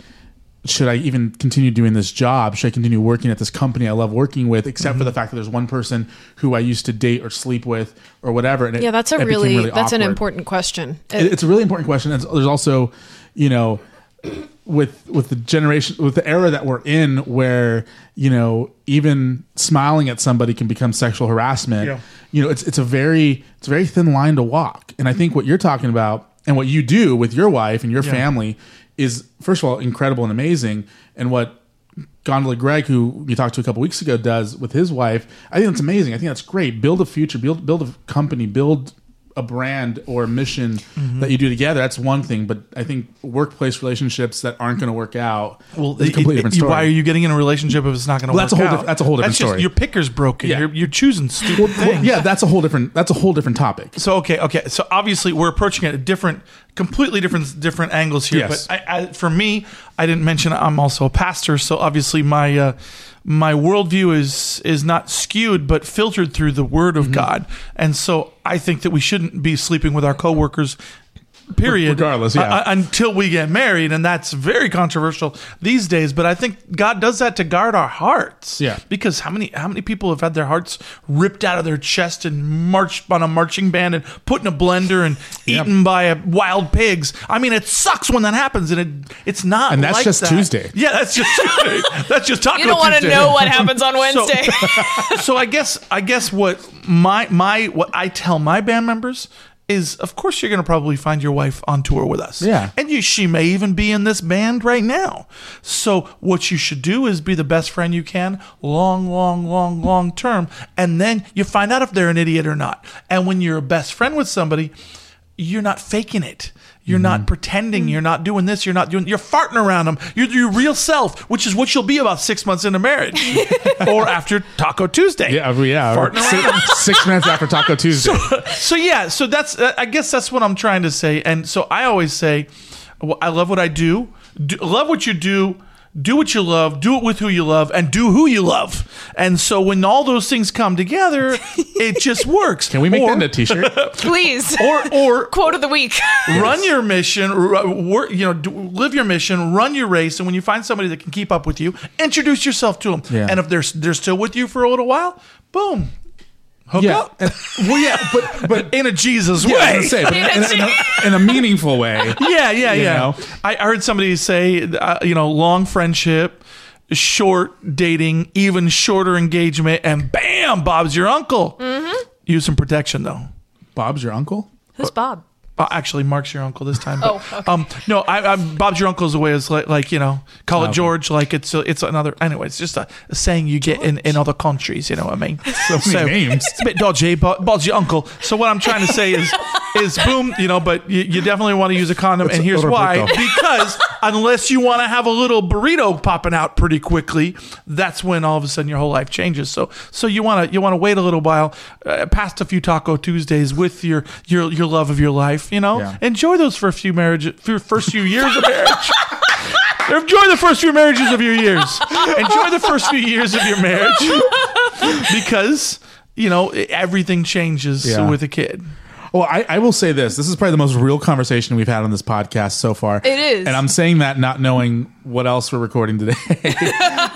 [SPEAKER 5] should I even continue doing this job? Should I continue working at this company I love working with? Except
[SPEAKER 7] Mm-hmm.
[SPEAKER 5] for the fact that there's one person who I used to date or sleep with or whatever. And it,
[SPEAKER 7] Yeah, that's
[SPEAKER 5] it
[SPEAKER 7] a
[SPEAKER 5] became
[SPEAKER 7] really, that's an
[SPEAKER 5] awkward
[SPEAKER 7] important question.
[SPEAKER 5] it- it's a really important question. It's, there's also, you know, with with the generation with the era that we're in, where you know even smiling at somebody can become sexual harassment.
[SPEAKER 8] Yeah.
[SPEAKER 5] You know, it's it's a very it's a very thin line to walk. And I think what you're talking about and what you do with your wife and your family is first of all incredible and amazing. And what Gondola Greg, who you talked to a couple weeks ago, does with his wife. I think that's amazing. I think that's great. Build a future, build build a company, build a brand or a mission that you do together. That's one thing. But I think workplace relationships that aren't going to work out.
[SPEAKER 8] Well,
[SPEAKER 5] is a completely
[SPEAKER 8] it- it-
[SPEAKER 5] different story.
[SPEAKER 8] why are you getting in a relationship if it's not going to
[SPEAKER 5] Well,
[SPEAKER 8] work
[SPEAKER 5] that's a whole
[SPEAKER 8] out?
[SPEAKER 5] diff- that's a whole different
[SPEAKER 8] just-
[SPEAKER 5] story.
[SPEAKER 8] your picker's broken.
[SPEAKER 5] Yeah.
[SPEAKER 8] You're, you're choosing stupid
[SPEAKER 5] Well,
[SPEAKER 8] things.
[SPEAKER 5] well, yeah, that's a whole different. That's a whole different topic.
[SPEAKER 8] So okay, okay. So obviously we're approaching it a different completely different different angles here.
[SPEAKER 5] Yes.
[SPEAKER 8] But I, I, for me, I didn't mention I'm also a pastor, so obviously my uh, my worldview is is not skewed, but filtered through the Word
[SPEAKER 5] Mm-hmm.
[SPEAKER 8] of God. And so I think that we shouldn't be sleeping with our coworkers. Period.
[SPEAKER 5] Regardless, yeah.
[SPEAKER 8] Uh, until we get married, and that's very controversial these days. But I think God does that to guard our hearts.
[SPEAKER 5] Yeah.
[SPEAKER 8] Because how many how many people have had their hearts ripped out of their chest and marched on a marching band and put in a blender and
[SPEAKER 5] Yeah.
[SPEAKER 8] eaten by a, wild pigs? I mean, it sucks when that happens, and it it's not.
[SPEAKER 5] And that's
[SPEAKER 8] like
[SPEAKER 5] just
[SPEAKER 8] that.
[SPEAKER 5] Tuesday.
[SPEAKER 8] Yeah, that's just Tuesday. that's just Taco
[SPEAKER 10] You don't want to
[SPEAKER 8] Tuesday.
[SPEAKER 10] know what happens on
[SPEAKER 8] So-
[SPEAKER 10] Wednesday.
[SPEAKER 8] so I guess I guess what my my what I tell my band members is of course you're going to probably find your wife on tour with us.
[SPEAKER 5] Yeah.
[SPEAKER 8] And you she may even be in this band right now. So what you should do is be the best friend you can long long long long term and then you find out if they're an idiot or not. And when you're a best friend with somebody, you're not faking it. You're
[SPEAKER 5] Mm-hmm.
[SPEAKER 8] not pretending. You're not doing this. You're not doing. You're farting around them. You're your real self, which is what you'll be about six months into marriage, or after Taco Tuesday.
[SPEAKER 5] Yeah, well, yeah.
[SPEAKER 8] Farting
[SPEAKER 5] Six, six minutes after Taco Tuesday.
[SPEAKER 8] So yeah. So that's. Uh, I guess that's what I'm trying to say. And so I always say, well, I love what I do. do. Love what you do. Do what you love. Do it with who you love, and do who you love. And so when all those things come together, it just works.
[SPEAKER 5] Can we make
[SPEAKER 8] or,
[SPEAKER 5] that into a T-shirt?
[SPEAKER 10] Please.
[SPEAKER 8] Or or
[SPEAKER 10] Quote of the week.
[SPEAKER 8] run your mission r- work, you know do, live your mission run your race and when you find somebody that can keep up with you introduce yourself to them
[SPEAKER 5] Yeah.
[SPEAKER 8] and if they're they're still with you for a little while boom hook
[SPEAKER 5] Yeah.
[SPEAKER 8] up well yeah but but in a jesus
[SPEAKER 5] Yeah, I
[SPEAKER 8] way
[SPEAKER 5] was gonna say, but in, in- in a, in a meaningful way.
[SPEAKER 8] yeah yeah
[SPEAKER 5] You
[SPEAKER 8] yeah
[SPEAKER 5] know?
[SPEAKER 8] I, I heard somebody say uh, you know long friendship short dating even shorter engagement and bam bob's your uncle
[SPEAKER 10] Mm-hmm.
[SPEAKER 8] use some protection though
[SPEAKER 5] Bob's your uncle.
[SPEAKER 10] Who's Bob?
[SPEAKER 8] Uh, actually, Mark's your uncle this time. But,
[SPEAKER 10] Oh, okay.
[SPEAKER 8] um, no, I, I'm Bob's your uncle's away is like, like you know, call it George. Like it's a, it's another. Anyway, it's just a, a saying you get in, in other countries. You know what I mean? So,
[SPEAKER 5] names.
[SPEAKER 8] it's a bit dodgy, but Bob's your uncle. So what I'm trying to say is, is boom, you know. But you, you definitely want to use a condom, and here's why:
[SPEAKER 5] Roberto.
[SPEAKER 8] because unless you want to have a little burrito popping out pretty quickly, that's when all of a sudden your whole life changes. So so you want to you want to wait a little while, uh, past a few Taco Tuesdays with your your your love of your life. You know,
[SPEAKER 5] Yeah.
[SPEAKER 8] enjoy those for a few marriage for first few years of marriage. Enjoy the first few marriages of your years. Enjoy the first few years of your marriage because you know everything changes
[SPEAKER 5] Yeah.
[SPEAKER 8] with a kid.
[SPEAKER 5] Well, I, I will say this. This is probably the most real conversation we've had on this podcast so far.
[SPEAKER 7] It is.
[SPEAKER 5] And I'm saying that not knowing what else we're recording today.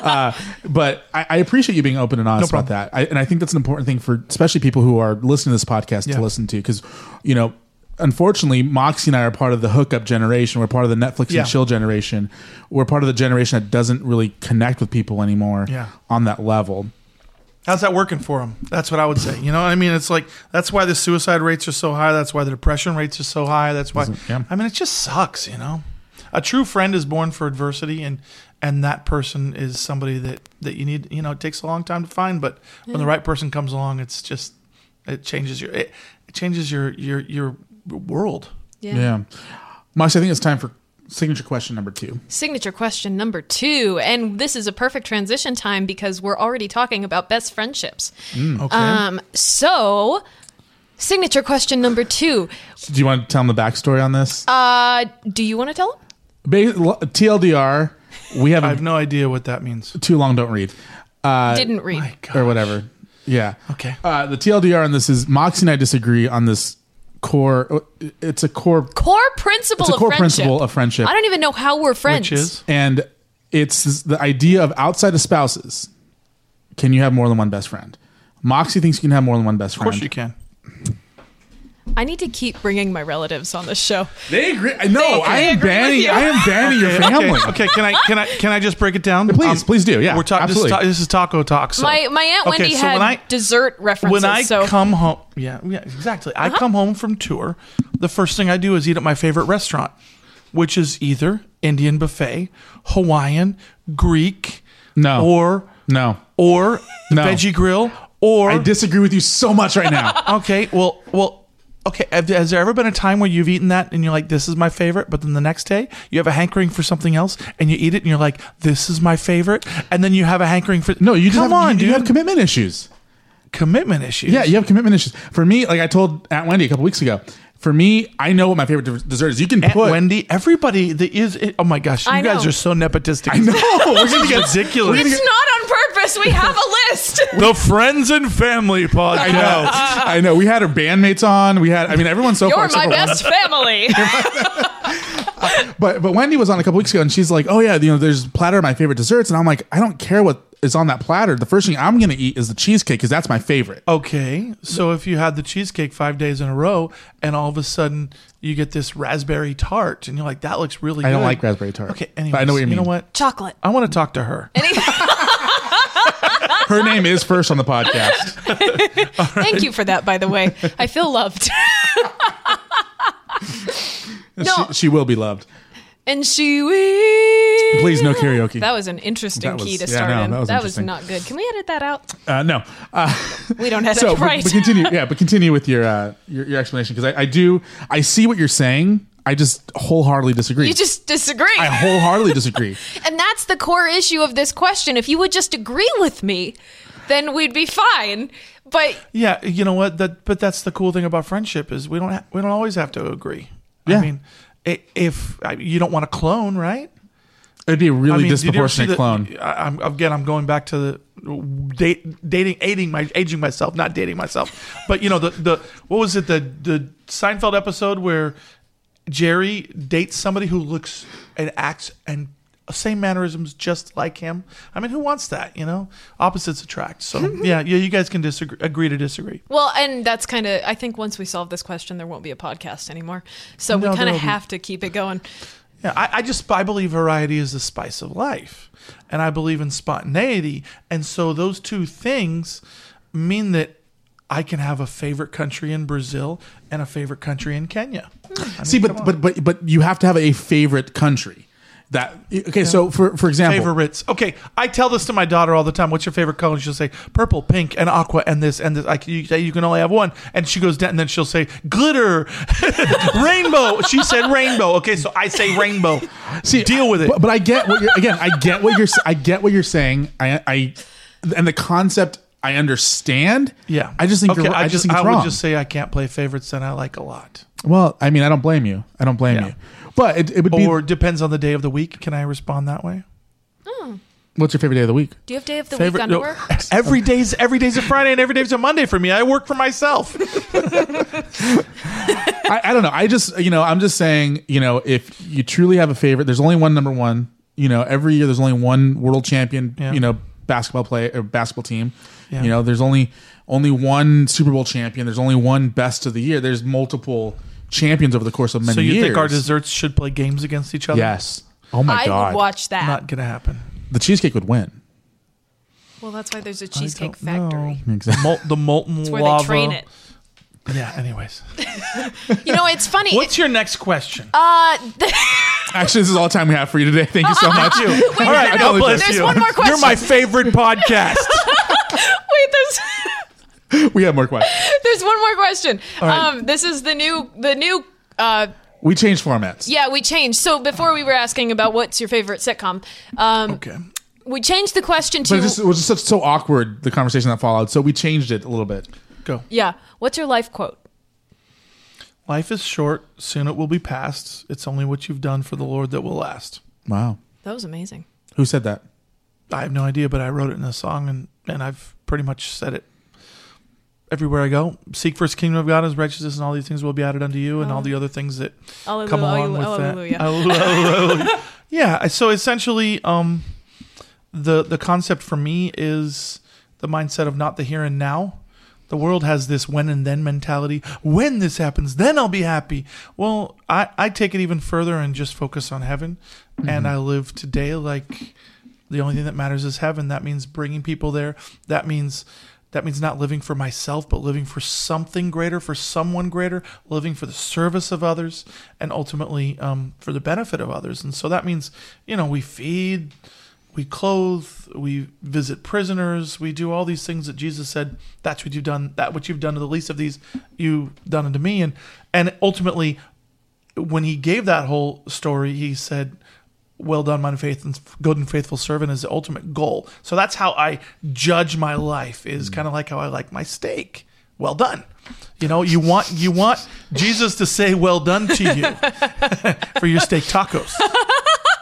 [SPEAKER 5] Uh, but I, I appreciate you being open and honest about that. I, and I think that's an important thing for especially people who are listening to this podcast
[SPEAKER 8] Yeah.
[SPEAKER 5] to listen to because, you know, unfortunately, Moxie and I are part of the hookup generation. We're part of the Netflix
[SPEAKER 8] Yeah.
[SPEAKER 5] and chill generation. We're part of the generation that doesn't really connect with people anymore
[SPEAKER 8] Yeah.
[SPEAKER 5] on that level.
[SPEAKER 8] How's that working for them? That's what I would say. You know, what I mean, it's like that's why the suicide rates are so high. That's why the depression rates are so high. That's why.
[SPEAKER 5] Yeah.
[SPEAKER 8] I mean, it just sucks. You know, a true friend is born for adversity, and and that person is somebody that that you need. You know, it takes a long time to find, but when the right person comes along, it's just it changes your it, it changes your your your world.
[SPEAKER 7] Yeah.
[SPEAKER 5] Yeah. Moxie, I think it's time for signature question number two.
[SPEAKER 7] Signature question number two. And this is a perfect transition time because we're already talking about best friendships.
[SPEAKER 8] Mm, Okay.
[SPEAKER 7] Um, so, signature question number two.
[SPEAKER 5] Do you want to tell them the backstory on this?
[SPEAKER 7] Uh, do you want to tell? 'em?
[SPEAKER 5] Ba- l- TLDR, we have
[SPEAKER 8] I
[SPEAKER 5] a
[SPEAKER 8] have no idea what that means.
[SPEAKER 5] too long. Don't read
[SPEAKER 7] Didn't read.
[SPEAKER 5] or whatever. Yeah.
[SPEAKER 8] Okay.
[SPEAKER 5] Uh, the TLDR on this is Moxie and I disagree on this core. uh, It's a core,
[SPEAKER 7] Core principle
[SPEAKER 5] It's a
[SPEAKER 7] of
[SPEAKER 5] core
[SPEAKER 7] friendship.
[SPEAKER 5] principle of friendship.
[SPEAKER 7] I don't even know how we're friends.
[SPEAKER 8] Which is
[SPEAKER 5] and it's the idea of outside of spouses. Can you have more than one best friend? Moxie thinks you can have more than one best
[SPEAKER 8] Of
[SPEAKER 5] friend.
[SPEAKER 8] course you can.
[SPEAKER 7] I need to keep bringing my relatives on this show.
[SPEAKER 5] They agree. No,
[SPEAKER 7] They
[SPEAKER 5] I
[SPEAKER 7] agree
[SPEAKER 5] am
[SPEAKER 7] with
[SPEAKER 5] banning.
[SPEAKER 7] you.
[SPEAKER 5] I am banning your family.
[SPEAKER 8] Okay, okay, can I can I can I just break it down? Um,
[SPEAKER 5] Please, please do, yeah,
[SPEAKER 8] we're talking. This, is
[SPEAKER 5] absolutely.
[SPEAKER 8] ta- this is taco talk. So.
[SPEAKER 7] My my aunt
[SPEAKER 8] Okay,
[SPEAKER 7] Wendy
[SPEAKER 8] so
[SPEAKER 7] had
[SPEAKER 8] when I
[SPEAKER 7] dessert references.
[SPEAKER 8] when I
[SPEAKER 7] so Uh-huh.
[SPEAKER 8] come home, yeah, yeah, exactly. I come home from tour. The first thing I do is eat at my favorite restaurant, which is either Indian buffet, Hawaiian, Greek,
[SPEAKER 5] No.
[SPEAKER 8] or
[SPEAKER 5] No.
[SPEAKER 8] or
[SPEAKER 5] No.
[SPEAKER 8] veggie grill, or
[SPEAKER 5] I disagree with you so much right now.
[SPEAKER 8] okay, well, well, okay. have- Has there ever been a time where you've eaten that and you're like, "This is my favorite," but then the next day you have a hankering for something else and you eat it and you're like, "This is my favorite," and then you have a hankering for
[SPEAKER 5] No, you just
[SPEAKER 8] come
[SPEAKER 5] have,
[SPEAKER 8] on,
[SPEAKER 5] you,
[SPEAKER 8] dude.
[SPEAKER 5] you have commitment issues.
[SPEAKER 8] commitment issues.
[SPEAKER 5] Yeah, you have commitment issues. For me, like I told Aunt Wendy a couple weeks ago, for me, I know what my favorite de- dessert is. You can
[SPEAKER 8] Aunt
[SPEAKER 5] put
[SPEAKER 8] Wendy, everybody that is, oh my gosh, you
[SPEAKER 10] I
[SPEAKER 8] guys
[SPEAKER 10] know.
[SPEAKER 8] are so nepotistic. I
[SPEAKER 5] know. We're gonna get-
[SPEAKER 8] ridiculous.
[SPEAKER 10] It's not on purpose. We have a list.
[SPEAKER 8] the friends and family podcast.
[SPEAKER 5] I know, I know. We had our bandmates on. We had, I mean, everyone so far.
[SPEAKER 10] You're my
[SPEAKER 5] except for Wendy.
[SPEAKER 10] best family.
[SPEAKER 5] But but Wendy was on a couple weeks ago, and she's like, "Oh yeah, you know, there's a platter of my favorite desserts," and I'm like, "I don't care what is on that platter. The first thing I'm gonna eat is the cheesecake because that's my favorite."
[SPEAKER 8] Okay, so if you had the cheesecake five days in a row, and all of a sudden you get this raspberry tart, and you're like, "That looks really."
[SPEAKER 5] I
[SPEAKER 8] good.
[SPEAKER 5] don't like raspberry tart.
[SPEAKER 8] Okay,
[SPEAKER 5] But I
[SPEAKER 8] anyways,
[SPEAKER 5] know what you
[SPEAKER 8] know
[SPEAKER 5] mean.
[SPEAKER 8] what?
[SPEAKER 10] Chocolate.
[SPEAKER 8] I want to talk to her.
[SPEAKER 5] Her name is first on the podcast.
[SPEAKER 7] Thank you for that, by the way. I feel loved. no,
[SPEAKER 5] she, she will be loved.
[SPEAKER 7] and she will.
[SPEAKER 5] Please, no karaoke.
[SPEAKER 7] That was an interesting
[SPEAKER 5] That
[SPEAKER 7] key
[SPEAKER 5] was-
[SPEAKER 7] to
[SPEAKER 5] yeah,
[SPEAKER 7] start
[SPEAKER 5] no,
[SPEAKER 7] in.
[SPEAKER 5] that
[SPEAKER 7] That
[SPEAKER 5] was
[SPEAKER 7] was,
[SPEAKER 5] interesting.
[SPEAKER 7] not good. Can we edit that out?
[SPEAKER 5] Uh, no. Uh,
[SPEAKER 7] We don't edit
[SPEAKER 5] so, but-
[SPEAKER 7] right.
[SPEAKER 5] but, continue. Yeah, but continue with your uh, your, your explanation because I, I do. I see what you're saying. I just wholeheartedly disagree.
[SPEAKER 7] you just disagree.
[SPEAKER 5] I wholeheartedly disagree.
[SPEAKER 7] and that's the core issue of this question. If you would just agree with me, then we'd be fine. But
[SPEAKER 8] Yeah, you know what? That but that's the cool thing about friendship is we don't ha- we don't always have to agree.
[SPEAKER 5] Yeah.
[SPEAKER 8] I mean, i- if I- you don't want to clone, right?
[SPEAKER 5] It'd be a really
[SPEAKER 8] I mean, did you ever see
[SPEAKER 5] disproportionate
[SPEAKER 8] the-
[SPEAKER 5] clone.
[SPEAKER 8] I, I'm again. I'm going back to the date, dating, aiding my aging myself, not dating myself. But you know the the what was it the the Seinfeld episode where Jerry dates somebody who looks and acts and same mannerisms just like him. I mean, who wants that? You know, opposites attract. So yeah, yeah. You guys can disagree, agree to disagree.
[SPEAKER 7] well, and that's kind of I think once we solve this question, there won't be a podcast anymore. So
[SPEAKER 8] No,
[SPEAKER 7] we kind
[SPEAKER 8] there'll
[SPEAKER 7] of
[SPEAKER 8] be-
[SPEAKER 7] have to keep it going.
[SPEAKER 8] Yeah, I, I just I believe variety is the spice of life, and I believe in spontaneity, and so those two things mean that I can have a favorite country in Brazil and a favorite country in Kenya. I
[SPEAKER 5] See,
[SPEAKER 8] mean,
[SPEAKER 5] but
[SPEAKER 8] come on.
[SPEAKER 5] but but but you have to have a favorite country. That okay. So for for example,
[SPEAKER 8] favorites. Okay, I tell this to my daughter all the time. What's your favorite color? And she'll say purple, pink, and aqua, and this and this. I can, you, say you can only have one, and she goes down, and then she'll say glitter, rainbow. She said rainbow. Okay, so I say rainbow.
[SPEAKER 5] See,
[SPEAKER 8] deal with it.
[SPEAKER 5] But, but I get what you're again. I get what you're. I get what you're saying. I, I and the concept I understand.
[SPEAKER 8] Yeah,
[SPEAKER 5] I just think.
[SPEAKER 8] Okay,
[SPEAKER 5] you're, I, just think it's
[SPEAKER 8] I
[SPEAKER 5] wrong.
[SPEAKER 8] would just say I can't play favorites that I like a lot,
[SPEAKER 5] well, I mean, I don't blame you. I don't blame
[SPEAKER 8] Yeah.
[SPEAKER 5] you. But it, it would
[SPEAKER 8] or
[SPEAKER 5] be.
[SPEAKER 8] depends on the day of the week. Can I respond that way?
[SPEAKER 5] What's your favorite day of the week?
[SPEAKER 7] Do you have day of the
[SPEAKER 8] Favorite-
[SPEAKER 7] week on
[SPEAKER 8] no.
[SPEAKER 7] work?
[SPEAKER 5] Oh
[SPEAKER 8] Every day's every day's a Friday and every day's a Monday for me. I work for myself.
[SPEAKER 5] I, I don't know. I just you know I'm just saying you know if you truly have a favorite, there's only one number one. You know, every year there's only one world champion.
[SPEAKER 8] Yeah.
[SPEAKER 5] You know, basketball play or basketball team.
[SPEAKER 8] Yeah.
[SPEAKER 5] You know, there's only only one Super Bowl champion. There's only one best of the year. There's multiple champions over the course of many
[SPEAKER 8] so you
[SPEAKER 5] years.
[SPEAKER 8] think our desserts should play games against each other?
[SPEAKER 5] Yes. Oh my
[SPEAKER 7] I
[SPEAKER 5] god.
[SPEAKER 7] would watch that.
[SPEAKER 8] Not gonna happen.
[SPEAKER 5] the cheesecake would win.
[SPEAKER 7] well, that's why there's a
[SPEAKER 8] I
[SPEAKER 7] cheesecake
[SPEAKER 8] don't know.
[SPEAKER 7] factory.
[SPEAKER 5] Exactly.
[SPEAKER 8] Mol- the molten
[SPEAKER 7] It's where
[SPEAKER 8] lava.
[SPEAKER 7] they train it.
[SPEAKER 8] Yeah. Anyways,
[SPEAKER 7] You know, it's funny.
[SPEAKER 8] what's your next question?
[SPEAKER 7] uh,
[SPEAKER 5] Actually, this is all the time we have for you today. Thank you so much.
[SPEAKER 7] Wait,
[SPEAKER 8] All right,
[SPEAKER 7] no,
[SPEAKER 8] I
[SPEAKER 7] no,
[SPEAKER 8] totally
[SPEAKER 7] there's
[SPEAKER 8] dissed you.
[SPEAKER 7] one more question.
[SPEAKER 8] You're my favorite podcast.
[SPEAKER 7] wait, there's
[SPEAKER 5] We have more questions.
[SPEAKER 7] there's one more question.
[SPEAKER 8] right.
[SPEAKER 7] Um, this is the new the new uh
[SPEAKER 5] We changed formats.
[SPEAKER 7] Yeah, we changed. So before we were asking about what's your favorite sitcom, um,
[SPEAKER 8] okay.
[SPEAKER 7] we changed the question
[SPEAKER 5] But
[SPEAKER 7] to
[SPEAKER 5] it, just, it was just such, so awkward the conversation that followed. So we changed it a little bit.
[SPEAKER 8] Go.
[SPEAKER 7] yeah, what's your life quote?
[SPEAKER 8] Life is short. Soon it will be past. It's only what you've done for the Lord that will last.
[SPEAKER 5] Wow.
[SPEAKER 7] That was amazing.
[SPEAKER 5] Who said that?
[SPEAKER 8] I have no idea, but I wrote it in a song, and, and I've pretty much said it everywhere I go. Seek first kingdom of God, His righteousness, and all these things will be added unto you, and all the other things that
[SPEAKER 7] Oh. Alleluia,
[SPEAKER 8] come along with
[SPEAKER 7] alleluia,
[SPEAKER 8] that. Alleluia. yeah. So essentially, um, the the concept for me is the mindset of not the here and now. The world has this when and then mentality. When this happens, then I'll be happy. Well, I, I take it even further and just focus on heaven. And I live today like the only thing that matters is heaven. That means bringing people there. That means that means not living for myself, but living for something greater, for someone greater, living for the service of others, and ultimately um, for the benefit of others. And so that means, you know, we feed, we clothe, we visit prisoners, we do all these things that Jesus said, that's what you've done, that what you've done to the least of these, you've done unto me. And and ultimately when he gave that whole story, he said, well done, my faith and good and faithful servant is the ultimate goal. So that's how I judge my life is kind of like how I like my steak. Well done. You know, you want you want Jesus to say well done to you for your steak tacos.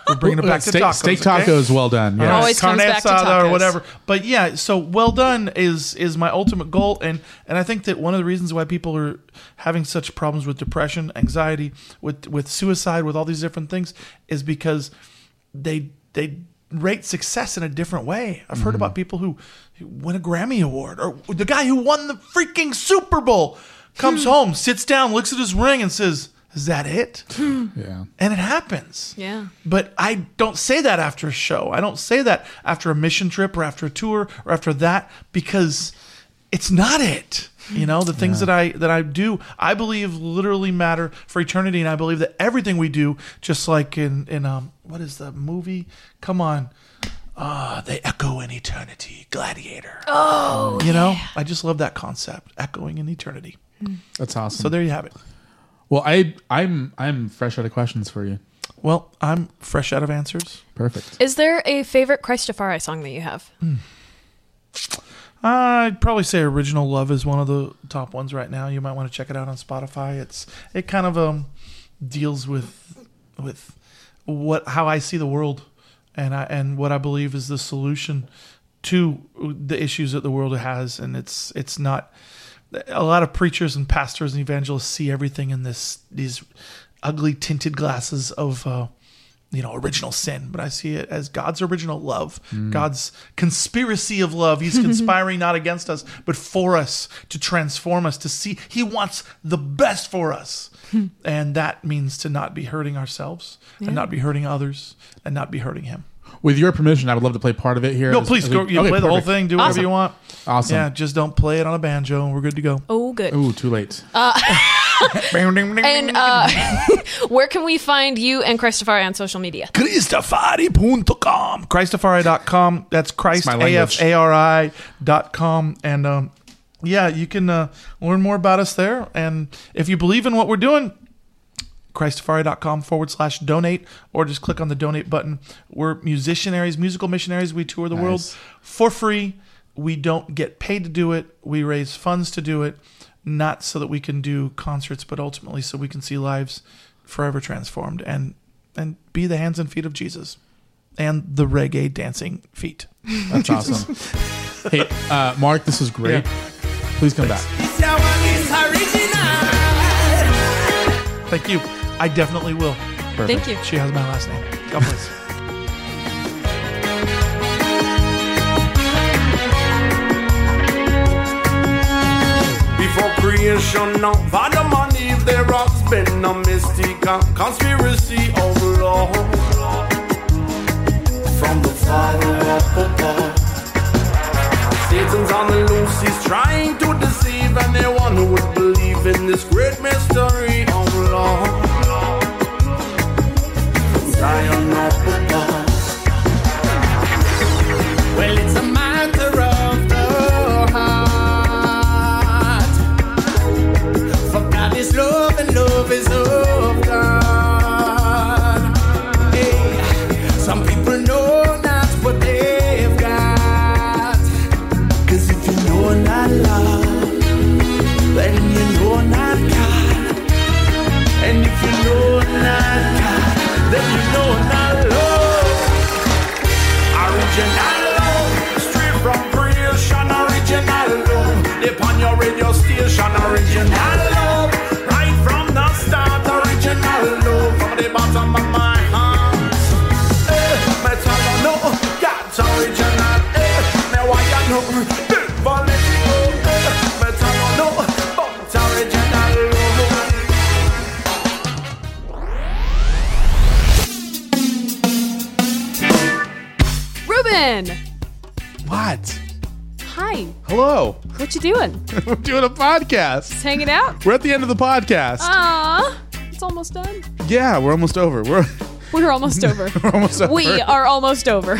[SPEAKER 8] We're bringing it back to
[SPEAKER 5] Steak-
[SPEAKER 8] tacos.
[SPEAKER 5] steak
[SPEAKER 8] okay?
[SPEAKER 5] tacos, well done, yes.
[SPEAKER 8] All
[SPEAKER 5] Always
[SPEAKER 8] carne
[SPEAKER 5] comes back to
[SPEAKER 8] asada or
[SPEAKER 5] tacos.
[SPEAKER 8] whatever. But yeah, so well done is is my ultimate goal, and and I think that one of the reasons why people are having such problems with depression, anxiety, with with suicide, with all these different things, is because they they rate success in a different way. I've heard about people who, who win a Grammy award, or the guy who won the freaking Super Bowl comes home, sits down, looks at his ring, and says. Is that it?
[SPEAKER 5] Yeah.
[SPEAKER 8] And it happens.
[SPEAKER 7] Yeah.
[SPEAKER 8] But I don't say that after a show. I don't say that after a mission trip or after a tour or after that because it's not it. You know, the things that I that I do, I believe literally matter for eternity and I believe that everything we do just like in in um what is the movie? Come on. Ah, they echo in eternity. Gladiator.
[SPEAKER 10] Oh,
[SPEAKER 8] you know, I just love that concept, echoing in eternity.
[SPEAKER 5] That's awesome.
[SPEAKER 8] So there you have it.
[SPEAKER 5] Well, I I'm I'm fresh out of questions for you.
[SPEAKER 8] Well, I'm fresh out of answers.
[SPEAKER 5] Perfect.
[SPEAKER 7] Is there a favorite Christafari song that you have?
[SPEAKER 8] I'd probably say "Original Love" is one of the top ones right now. You might want to check it out on Spotify. It's it kind of um deals with with what how I see the world and I and what I believe is the solution to the issues that the world has, and it's it's not a lot of preachers and pastors and evangelists see everything in this these ugly tinted glasses of. Uh, you know, original sin, but I see it as God's original love,
[SPEAKER 5] Mm.
[SPEAKER 8] God's conspiracy of love. He's conspiring not against us, but for us to transform us, to see He wants the best for us. and that means to not be hurting ourselves
[SPEAKER 5] Yeah.
[SPEAKER 8] and not be hurting others and not be hurting Him.
[SPEAKER 5] With your permission, I would love to play part of it here.
[SPEAKER 8] No,
[SPEAKER 5] as-
[SPEAKER 8] please
[SPEAKER 5] as
[SPEAKER 8] go.
[SPEAKER 5] we-
[SPEAKER 8] You
[SPEAKER 5] okay,
[SPEAKER 8] play the whole
[SPEAKER 5] perfect.
[SPEAKER 8] thing. Do whatever you want.
[SPEAKER 5] Awesome.
[SPEAKER 8] Yeah, just don't play it on a banjo, and we're good to go.
[SPEAKER 7] Oh, good.
[SPEAKER 5] Ooh, too late.
[SPEAKER 8] Uh,
[SPEAKER 7] And uh, where can we find you and Christafari on social media?
[SPEAKER 8] Christafari.com. Christafari.com. That's Christ,
[SPEAKER 5] my language.
[SPEAKER 8] A-F-A-R-I dot com. And um, yeah, you can uh, learn more about us there. And if you believe in what we're doing, Christafari.com forward slash donate, or just click on the donate button. We're musicianaries, musical missionaries. We tour the world
[SPEAKER 5] Nice.
[SPEAKER 8] for free. We don't get paid to do it. We raise funds to do it, not so that we can do concerts, but ultimately so we can see lives forever transformed and and be the hands and feet of Jesus and the reggae dancing feet.
[SPEAKER 5] That's awesome. hey, uh, Mark, this is great. Please come back.
[SPEAKER 8] Thank you. I definitely will.
[SPEAKER 5] Perfect.
[SPEAKER 7] Thank you.
[SPEAKER 8] She has my last name. God bless.
[SPEAKER 11] Before creation of Adam and Eve, there has been a mystical conspiracy of love from the Father up above. Satan's on the loose, he's trying to deceive anyone who would believe in this great mystery Oh, of love. From Zion up above. Well, it's a matter of the heart. For God is love and love is of God. Hey, some people know not what they've got. Cause if you know not love, then you know not God. And if you know not God, then you know not love. Original love, straight from creation. Original love, upon your radio station. Original love, right from the start. Original love, from the bottom of my heart. Eh, me tell you no, God's original. Eh, me why you know, devil let it go. Eh, me tell you no, but original love.
[SPEAKER 7] Ruben,
[SPEAKER 5] What?
[SPEAKER 7] hi.
[SPEAKER 5] Hello.
[SPEAKER 7] What you doing?
[SPEAKER 5] We're doing a podcast.
[SPEAKER 7] Just hanging out?
[SPEAKER 5] We're at the end of the podcast.
[SPEAKER 7] Uh. Aw, it's almost done.
[SPEAKER 5] yeah, we're almost over. We're
[SPEAKER 7] We're almost over.
[SPEAKER 5] We're almost over.
[SPEAKER 7] We are almost over.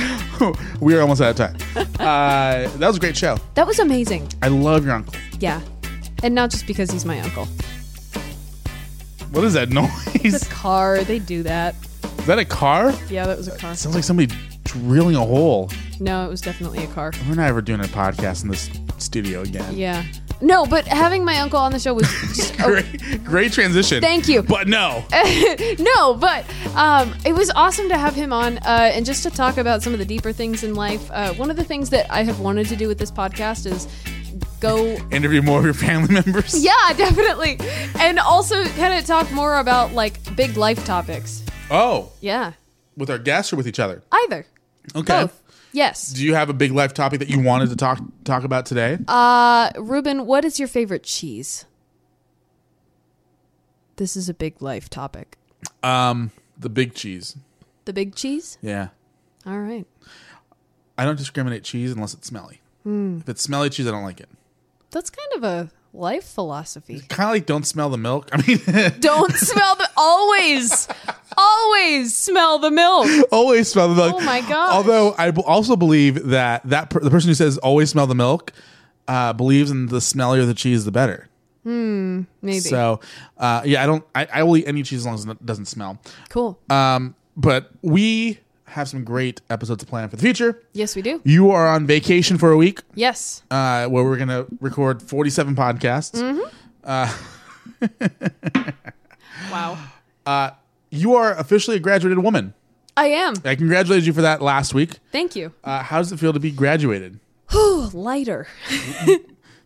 [SPEAKER 5] we are almost out of time. Uh, that was a great show.
[SPEAKER 7] That was amazing.
[SPEAKER 5] I love your uncle.
[SPEAKER 7] Yeah. And not just because he's my uncle.
[SPEAKER 5] What is that noise?
[SPEAKER 7] It's a car. They do that.
[SPEAKER 5] Is that a car?
[SPEAKER 7] Yeah, that was a car.
[SPEAKER 5] Sounds like somebody drilling a hole.
[SPEAKER 7] No, it was definitely a car.
[SPEAKER 5] We're not ever doing a podcast in this studio again.
[SPEAKER 7] Yeah. No, but having my uncle on the show was just a
[SPEAKER 5] Great, great transition.
[SPEAKER 7] Thank you.
[SPEAKER 5] But no.
[SPEAKER 7] no, but um, it was awesome to have him on uh, and just to talk about some of the deeper things in life. Uh, one of the things that I have wanted to do with this podcast is go.
[SPEAKER 5] Interview more of your family members.
[SPEAKER 7] Yeah, definitely. And also kind of talk more about like big life topics.
[SPEAKER 5] Oh,
[SPEAKER 7] Yeah,
[SPEAKER 5] with our guests or with each other?
[SPEAKER 7] either.
[SPEAKER 5] Okay.
[SPEAKER 7] Yes.
[SPEAKER 5] Do you have a big life topic that you wanted to talk talk about today?
[SPEAKER 7] Uh, Ruben, what is your favorite cheese? This is a big life topic.
[SPEAKER 5] Um, the big cheese.
[SPEAKER 7] The big cheese?
[SPEAKER 5] Yeah.
[SPEAKER 7] All right.
[SPEAKER 5] I don't discriminate cheese unless it's smelly.
[SPEAKER 7] Hmm.
[SPEAKER 5] If it's smelly cheese, I don't like it.
[SPEAKER 7] That's kind of a life philosophy.
[SPEAKER 5] Kind of like don't smell the milk. I mean,
[SPEAKER 7] Don't smell the always, always smell the milk.
[SPEAKER 5] always smell the milk.
[SPEAKER 7] Oh my gosh.
[SPEAKER 5] Although I b- also believe that that per- the person who says always smell the milk uh, believes in the smellier the cheese, the better.
[SPEAKER 7] Hmm. Maybe.
[SPEAKER 5] So, uh, yeah, I don't. I, I will eat any cheese as long as it doesn't smell.
[SPEAKER 7] Cool.
[SPEAKER 5] Um, but we have some great episodes planned for the future.
[SPEAKER 7] Yes, we do.
[SPEAKER 5] You are on vacation for a week,
[SPEAKER 7] Yes.
[SPEAKER 5] uh, where we're gonna record forty-seven podcasts.
[SPEAKER 7] Mhm.
[SPEAKER 5] Uh,
[SPEAKER 7] Wow.
[SPEAKER 5] uh, you are officially a graduated woman.
[SPEAKER 7] I am.
[SPEAKER 5] I congratulated you for that last week.
[SPEAKER 7] Thank you.
[SPEAKER 5] Uh, how does it feel to be graduated?
[SPEAKER 7] Whew, lighter.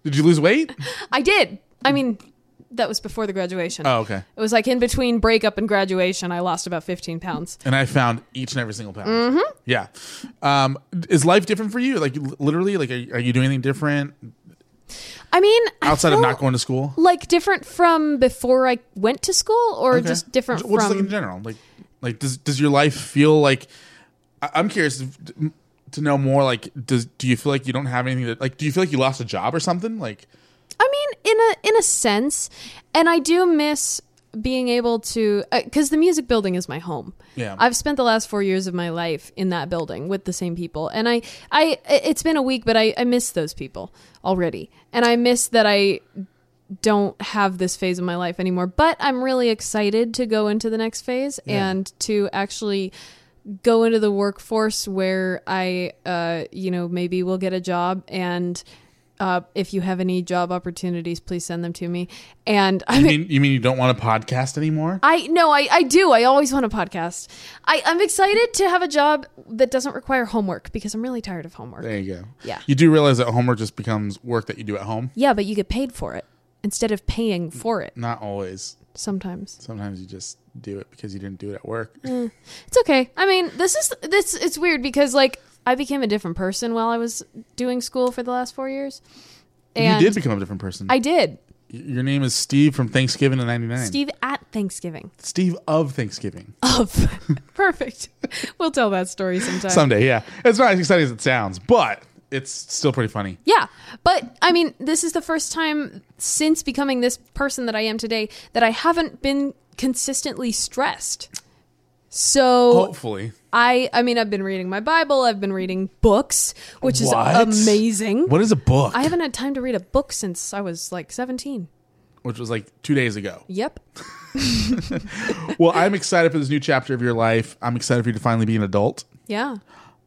[SPEAKER 5] Did you lose weight?
[SPEAKER 7] I did. I mean, that was before the graduation.
[SPEAKER 5] Oh, okay.
[SPEAKER 7] It was like in between breakup and graduation. I lost about 15 pounds.
[SPEAKER 5] And I found each and every single pound.
[SPEAKER 7] Mm-hmm.
[SPEAKER 5] Yeah. Um, is life different for you? Like l- literally, like are, are you doing anything different
[SPEAKER 7] I mean, I
[SPEAKER 5] outside of
[SPEAKER 7] feel
[SPEAKER 5] not going to school?
[SPEAKER 7] like different from before I went to school, or
[SPEAKER 5] Okay.
[SPEAKER 7] just different
[SPEAKER 5] Well, just
[SPEAKER 7] from
[SPEAKER 5] like in general, like like does does your life feel like? I, I'm curious to- to know more. Like, does do you feel like you don't have anything that like? Do you feel like you lost a job or something? Like,
[SPEAKER 7] I mean, in a in a sense, and I do miss being able to because the music building is my home.
[SPEAKER 12] Yeah.
[SPEAKER 7] I've spent the last four years of my life in that building with the same people, and I I it's been a week, but I I miss those people already, and I miss that I don't have this phase of my life anymore. But I'm really excited to go into the next phase
[SPEAKER 12] Yeah.
[SPEAKER 7] and to actually go into the workforce where I, uh, you know, maybe will get a job. And uh, if you have any job opportunities, please send them to me. And I
[SPEAKER 5] you
[SPEAKER 7] mean,
[SPEAKER 5] mean you mean you don't want a podcast anymore?
[SPEAKER 7] I no, I, I do. I always want a podcast. I, I'm excited to have a job that doesn't require homework because I'm really tired of homework.
[SPEAKER 5] There you go.
[SPEAKER 7] Yeah.
[SPEAKER 5] You do realize that homework just becomes work that you do at home.
[SPEAKER 7] Yeah, but you get paid for it instead of paying for it.
[SPEAKER 5] Not always.
[SPEAKER 7] Sometimes.
[SPEAKER 5] Sometimes you just do it because you didn't do it at work.
[SPEAKER 7] Eh, it's okay. I mean, this is this. It's weird because like I became a different person while I was doing school for the last four years. And
[SPEAKER 5] you did become a different person.
[SPEAKER 7] I did.
[SPEAKER 5] Y- Your name is Steve from Thanksgiving in '99.
[SPEAKER 7] Steve Uh, at Thanksgiving.
[SPEAKER 5] Steve of Thanksgiving.
[SPEAKER 7] Of perfect. We'll tell that story sometime.
[SPEAKER 5] Someday, yeah. It's not as exciting as it sounds, but it's still pretty funny.
[SPEAKER 7] Yeah, but I mean, this is the first time since becoming this person that I am today that I haven't been consistently stressed. So
[SPEAKER 5] Hopefully.
[SPEAKER 7] I I mean I've been reading my Bible, I've been reading books, which is amazing.
[SPEAKER 5] What is a book?
[SPEAKER 7] I haven't had time to read a book since I was like 17.
[SPEAKER 5] Which was like two days ago.
[SPEAKER 7] Yep.
[SPEAKER 5] well, I'm excited for this new chapter of your life. I'm excited for you to finally be an adult.
[SPEAKER 7] Yeah.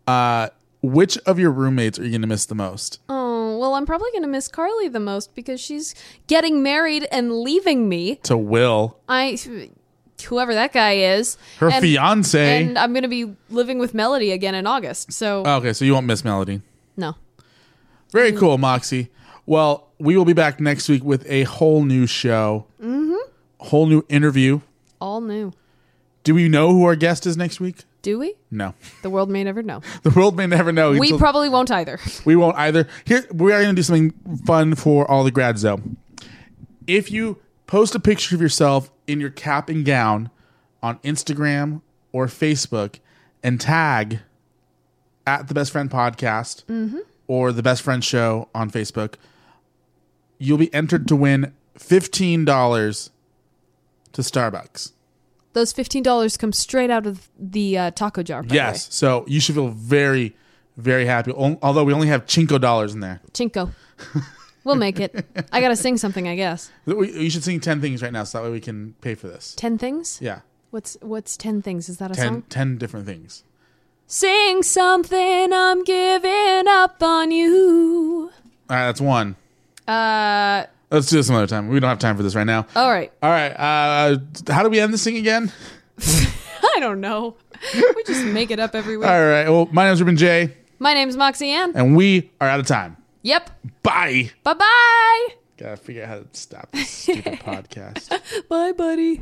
[SPEAKER 5] Uh, which of your roommates are you going to miss the most?
[SPEAKER 7] Oh, well, I'm probably going to miss Carly the most because she's getting married and leaving me.
[SPEAKER 5] To Will.
[SPEAKER 7] I whoever that guy is.
[SPEAKER 5] Her fiance.
[SPEAKER 7] And I'm going to be living with Melody again in August. So
[SPEAKER 5] Okay, so you won't miss Melody.
[SPEAKER 7] no. Mm-hmm.
[SPEAKER 5] Very cool, Moxie. Well, we will be back next week with a whole new show,
[SPEAKER 7] Mhm.
[SPEAKER 5] whole new interview.
[SPEAKER 7] All new.
[SPEAKER 5] Do we know who our guest is next week?
[SPEAKER 7] Do we?
[SPEAKER 5] No.
[SPEAKER 7] The world may never know.
[SPEAKER 5] The world may never know.
[SPEAKER 7] we
[SPEAKER 5] until-
[SPEAKER 7] probably won't either.
[SPEAKER 5] We won't either. Here we are going to do something fun for all the grads though. If you post a picture of yourself in your cap and gown on Instagram or Facebook and tag at the best friend podcast
[SPEAKER 11] Mhm.
[SPEAKER 5] or the best friend show on Facebook, you'll be entered to win fifteen dollars to Starbucks.
[SPEAKER 7] Those $15 come straight out of the uh, taco jar. by the
[SPEAKER 5] yes, so you should feel very, very happy. Al- Although we only have cinco dollars in there.
[SPEAKER 7] way. Chinko. We'll make it. I got to sing something, I guess.
[SPEAKER 5] We- You should sing 10 things right now so that way we can pay for this.
[SPEAKER 7] 10 things?
[SPEAKER 5] Yeah.
[SPEAKER 7] What's what's ten things? Is that a
[SPEAKER 5] Ten,
[SPEAKER 7] song?
[SPEAKER 5] ten different things.
[SPEAKER 7] Sing something. I'm giving up on you.
[SPEAKER 5] All right, that's one.
[SPEAKER 7] Uh,
[SPEAKER 5] Let's do this another time. We don't have time for this right now.
[SPEAKER 7] all right.
[SPEAKER 5] All right. Uh, how do we end this thing again?
[SPEAKER 7] I don't know. we just make it up every week.
[SPEAKER 5] All right. Well, my name's Ruben J,
[SPEAKER 7] My name's Moxie Ann.
[SPEAKER 5] and we are out of time.
[SPEAKER 7] Yep.
[SPEAKER 5] Bye.
[SPEAKER 7] Bye bye.
[SPEAKER 5] Gotta figure out how to stop this stupid podcast.
[SPEAKER 7] Bye, buddy.